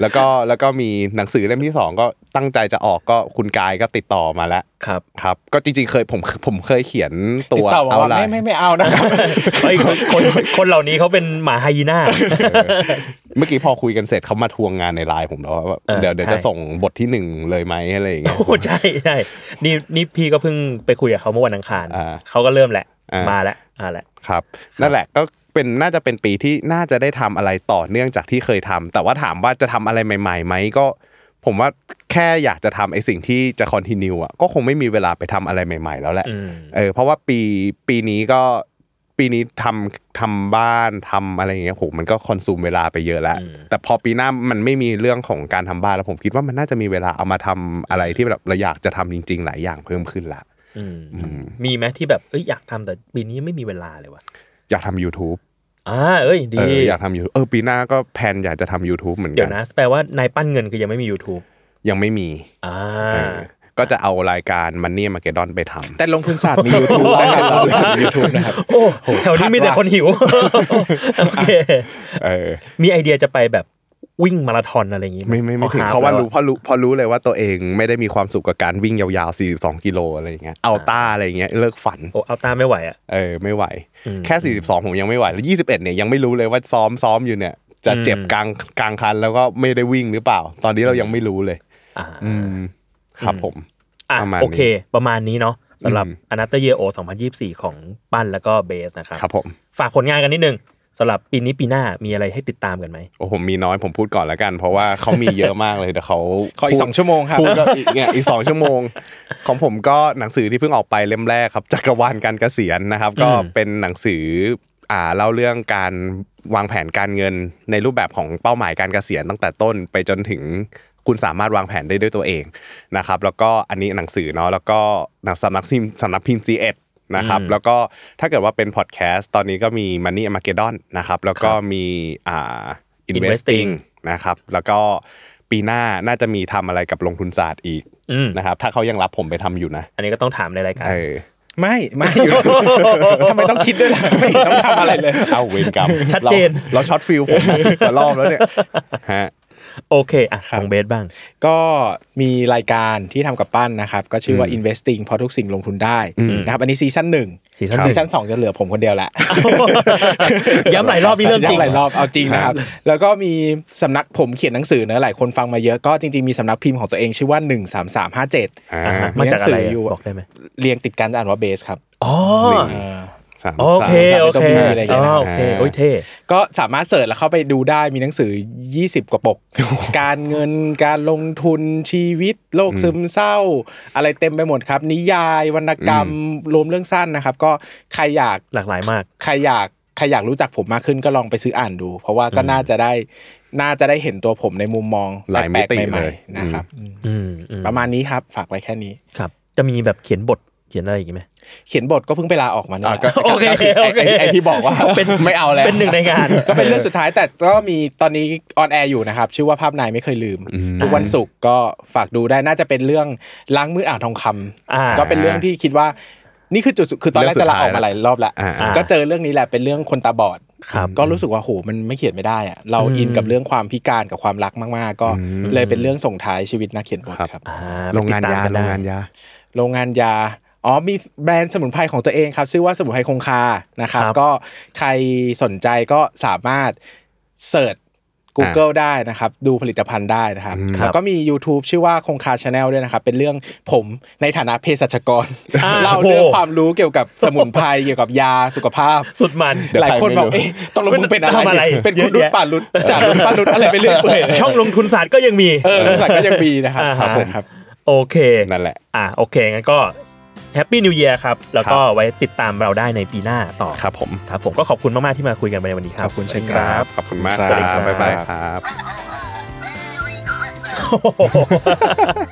Speaker 4: แล้วก็แล้วก็มีหนังสือเล่มที่สองก็ตั้งใจจะออกก็คุณกายก็ติดต่อมาแล้ว
Speaker 2: ครับ
Speaker 4: ครับ ก็จริงๆเคยผมผมเคยเขียนตั
Speaker 3: ติด
Speaker 4: ว
Speaker 3: ต่อมาว่า
Speaker 4: ล
Speaker 3: ไม่
Speaker 4: น์
Speaker 3: ไม่ไม่เอานะครับ
Speaker 2: เฮ้ยคนคนคนเหล่านี้เขาเป็นหมาไฮยีน่า
Speaker 4: เมื่อกี้พอคุยกันเสร็จเขามาทวงงานในไลน์ผมแล้วว่า
Speaker 2: เออ
Speaker 4: เดี๋ยวเดี๋ยว
Speaker 2: ใช่
Speaker 4: จะส่งบทที่หนึ่งเลยไหมอะไรอย่างเงี้ย
Speaker 2: โอ้ใช่ใช่นี่นี่พี่ก็เพิ่งไปคุยกับเขาเมื่อวันอังคาร
Speaker 4: อ่า
Speaker 2: เขาก็เริ่มแหละ
Speaker 4: อ่าม
Speaker 2: มาแล้วมาแล้ว
Speaker 4: ครับนั่นแหละก็เป็นน่าจะเป็นปีที่น่าจะได้ทำอะไรต่อเนื่องจากที่เคยทำแต่ว่าถามว่าจะทำอะไรใหม่ๆไหมก็ ผมว่าแค่อยากจะทำไอ้สิ่งที่จะคอนติเนียอ่ะก็คงไม่มีเวลาไปทำอะไรใหม่ ๆ แล้วแหละ
Speaker 2: อืม
Speaker 4: เออเพราะว่าปีปีนี้ก็ปีนี้ทำทำบ้านทำอะไรอย่างเงี้ยโหมันก็คอนซูมเวลาไปเยอะแล้ว แต่พอปีหน้ามันไม่มีเรื่องของการทำบ้านแล้วผมคิดว่ามันน่าจะมีเวลาเอามาทำอะไรที่แบบเราอยากจะทำจริง ๆ หลายอย่างเพิ่มขึ้นละ
Speaker 2: อืม
Speaker 4: อืม
Speaker 2: มีไหมที่แบบเอ้ยอยากทำแต่ปีนี้ไม่มีเวลาเลยว่ะ
Speaker 4: อยากทำ YouTube
Speaker 2: อ่าเอ้ยดี
Speaker 4: เอออยากทำ YouTube เออปีหน้าก็แพลนอยากจะทำ YouTube เหมือน
Speaker 2: เดี๋
Speaker 4: กั
Speaker 2: ยวนะแปลว่านายปั้นเงินคือยังไม่มี YouTube
Speaker 4: ยังไม่มี
Speaker 2: อ่า
Speaker 4: เออก็จะเอารายการมันนี่มาเกดอนไปทำ
Speaker 3: แต่ลงทุนศาสตร์มียูทูบนะครับลงทุนศาสตร์มียูทูบนะครับ
Speaker 2: โอ้แถวนี้มีแต่คนหิวโอเค
Speaker 4: เออ
Speaker 2: มีไอเดียจะไปแบบวิ่งมาราธอนอะไรอย่างงี้ห
Speaker 4: ไม่ไม่ไม่ถึง
Speaker 2: อ half
Speaker 4: เพราะว่า
Speaker 2: แล้อ
Speaker 4: รู้เพราะรู้เพราะรู้เลยว่าตัวเองไม่ได้มีความสุขกับการวิ่งยาวๆ 42 กิโลอะไรอย่างเงี้ยเอาต้าอะไรอย่างเงี้ยเลิกฝัน
Speaker 2: โอ้เอาตามไม่ไหวอ่ะ
Speaker 4: เออไม่ไหว
Speaker 2: อืม
Speaker 4: แค่ 42 ผมยังไม่ไหว แล้ว 21 เนี่ยยังไม่รู้เลยว่าซ้อมซ้อมอยู่เนี่ย จะเจ็บ
Speaker 2: อืม
Speaker 4: กลางกลางคันแล้วก็ไม่ได้วิ่งหรือเปล่า ตอนนี้เรายังไม่รู้เลย
Speaker 2: อ่า
Speaker 4: อืม ครับผม
Speaker 2: อ่ะ
Speaker 4: ประมาณนี้
Speaker 2: โอเค ประมาณนี้เนาะสำหรับ
Speaker 4: อืม
Speaker 2: อนาเตเยโอ2024 ของปั้นแล้วก็เบสนะครับ
Speaker 4: ครับผม
Speaker 2: ฝากผลงานกันนิดนึงสำหรับปีนี้ปีหน้ามีอะไรให้ติดตามกันไหม
Speaker 4: โอ้ผมมีน้อยผมพูดก่อนละกัน เพราะว่าเขามีเยอะมากเลยแต่เขา
Speaker 3: ขออีกสองชั่วโมงครับ
Speaker 4: พูดแล้วอีกเนี่ยอีกสองชั่วโมง ของผมก็หนังสือที่เพิ่งออกไปเล่มแรกครับจักรวาลการเกษียณนะครับ ก็
Speaker 2: อืม
Speaker 4: เป็นหนังสืออ่าเล่าเรื่องการวางแผนการเงินในรูปแบบของเป้าหมายการเกษียณตั้งแต่ต้นไปจนถึงคุณสามารถวางแผนได้ด้วยตัวเองนะครับ แล้วก็อันนี้หนังสือเนาะแล้วก็หนังสำนักพิมพ์สำนักพิมพ์ C1 นะครับแล้วก็ถ้าเกิดว่าเป็นพอดแคสต์ตอนนี้ก็มี Money a r m a g e d o n นะครับแล้วก็มีอ่า
Speaker 2: Investing
Speaker 4: Investing นะครับแล้วก็ปีหน้าน่าจะมีทำอะไรกับลงทุนศาสตร์อีก
Speaker 2: อืม
Speaker 4: นะครับถ้าเขายังรับผมไปทำอยู่นะ
Speaker 2: อันนี้ก็ต้องถามในรายการ
Speaker 4: เออ
Speaker 3: ไม่ไม่อยู่ทำไมต้องคิดด้วยล่ะไม่ต้องทำอะไรเลย
Speaker 4: เอาเวรกรรม
Speaker 2: ชัดเจน
Speaker 4: ราเราช็อตฟิลผมมาสิบกว่ารอบแล้วเนี่ยฮะ
Speaker 2: โอเคอ่ะ
Speaker 3: ค
Speaker 2: ข
Speaker 3: รับ
Speaker 2: องเบสบ้าง
Speaker 3: ก็มีรายการที่ทำกับปั้นนะครับ ก็ชื่อว่า
Speaker 4: อืม
Speaker 3: investing เพราะทุกสิ่งลงทุนได้นะครับอันนี้ซีซั่นหนึ่ง
Speaker 2: ซีซั่นหนึ่ง
Speaker 3: ซีซั่นสองจะเหลือผมคนเดียวละ
Speaker 2: ย้ำหลายรอบนี่ เรื่องจริง
Speaker 3: ย้ำหลายรอบเอาจริงนะครับ แล้วก็มีสำนักผมเขียนหนังสือนะหลายคนฟังมาเยอะก็จริงๆมีสำนักพิมพ์ของตัวเองชื่อว่า 13357
Speaker 4: อ่า
Speaker 2: อ่ะฮะมาจากอะไร
Speaker 3: มีหนังสืออยู่
Speaker 2: อ่ะบอกได้ไหม
Speaker 3: เรียงติดกันอ่านว่าเบสครับ
Speaker 2: อ๋อ
Speaker 3: เออ
Speaker 4: สาม
Speaker 2: โอเค
Speaker 4: สาม
Speaker 2: โอเค
Speaker 3: สามสิบกว่าปีอะไรอย่างเงี้ยนะ
Speaker 2: อ๋อโอเคโอ้ยเท่
Speaker 3: ก็สามารถเสิร์ชแล้วเข้าไปดูได้มีหนังสือ 20 กว่าปก การเงินการลงทุนชีวิตโรคซึมเศร้า อะไรเต็มไปหมดครับ นิยายวรรณกรรมรวมเรื่องสั้นนะครับ ก็ใครอยาก
Speaker 2: หลากหลายมาก
Speaker 3: ใครอยากใครอยากรู้จักผมมากขึ้นก็ลองไปซื้ออ่านดู เพราะว่าก็น่าจะได้น่าจะได้เห็นตัวผมในมุมมอง
Speaker 4: หลายมิ
Speaker 3: แปลก
Speaker 4: ติ
Speaker 3: ๆใหม่
Speaker 4: เลย
Speaker 3: ๆนะครับ
Speaker 2: อืมอืม
Speaker 3: ประมาณนี้ครับฝากไว้แค่นี้
Speaker 2: ครับ จะมีแบบเขียนบทเขียนอะไรอีกไหม
Speaker 3: เขียนบทก็เพิ่งไปลาออกมาเนี่ย
Speaker 4: อ่ะก็
Speaker 2: โอเคโอเค
Speaker 3: ไไไอที่บอกว่า
Speaker 2: เป็น
Speaker 3: ไม่เอาแล้ว
Speaker 2: เป็นหนึ่งในงาน
Speaker 3: ก็เป็นเรื่องสุดท้ายแต่ก็มีตอนนี้ออนแอร์อยู่นะครับ ชื่อว่าภาพนายไม่เคยลืม ทุกวันศุกร์ก็ฝากดูได้น่าจะเป็นเรื่องล้างมืออ่างทองคำ
Speaker 2: อ่า
Speaker 3: ก็เป็นเรื่องที่คิดว่านี่คือจุดสุดคือตอนแรกจะลาออกมาหลายรอบละ
Speaker 4: อ่า
Speaker 3: ก็เจอเรื่องนี้แหละเป็นเรื่องคนตาบอด
Speaker 2: ครับ
Speaker 3: ก็รู้สึกว่าโหมันไม่เขียนไม่ได้อะเราอินกับเรื่องความพิการกับความรักมากๆ ก็เลยเป็นเรื่องส่งท้ายชีวิตนักเขียนบทครับ
Speaker 2: อ่า
Speaker 4: โรงงานยา
Speaker 2: ไปติดตมกั
Speaker 4: โร
Speaker 2: ได้
Speaker 4: งงานยา
Speaker 3: โรงงานยาอ๋อมีแบรนด์สมุนไพรของตัวเองครับ ชื่อว่าสมุนไพรคงคานะครับ ก็ใครสนใจก็สามารถเสิร์ช Google ได้นะครับ ดูผลิตภัณฑ์ได้นะครับ แล้วก็มี YouTube ชื่อว่าคงคาชาแนลด้วยนะครับ เป็นเรื่องผมในฐานะเภสัชกร เล่าเรื่องความรู้เกี่ยวกับสมุนไพรเกี่ยวกับยาสุขภาพ
Speaker 2: สุดมัน
Speaker 3: หลายคนบอกเอ๊ะตกลงมึงเป็นอะ
Speaker 2: ทำอะ
Speaker 3: ไร
Speaker 2: ไร
Speaker 3: เป็นคุ
Speaker 2: เยอะ
Speaker 3: ณรุ่น
Speaker 2: แยะ
Speaker 3: ป่ารุ่นจากรุ่นป่ารุ่นอะไรไปเรื่อยเปื่อยเลย
Speaker 2: ช่องลงทุนศาสตร์ก็ยังมี
Speaker 3: เออสัตว์ก็ยังมีนะครับ
Speaker 2: อ่า
Speaker 3: ค
Speaker 2: ฮะ
Speaker 3: รับผมครับ
Speaker 2: โอเค
Speaker 4: นั่นแหละ
Speaker 2: อ่ะโอเค งั้นก็แฮปปี้นิว e a ยร์ครับ แล้วก็ไว้ติดตามเราได้ในปีหน้าต่อ
Speaker 4: ครับผม
Speaker 2: ครับผมก็ขอบคุณมาก ๆ ที่มาคุยกันในวันนี้ครับ
Speaker 3: ขอบคุณเช่นกัน ครับ
Speaker 4: ขอบคุณมาก
Speaker 3: ครับ
Speaker 4: ครับบ๊ายบายครับ
Speaker 2: โอ้โห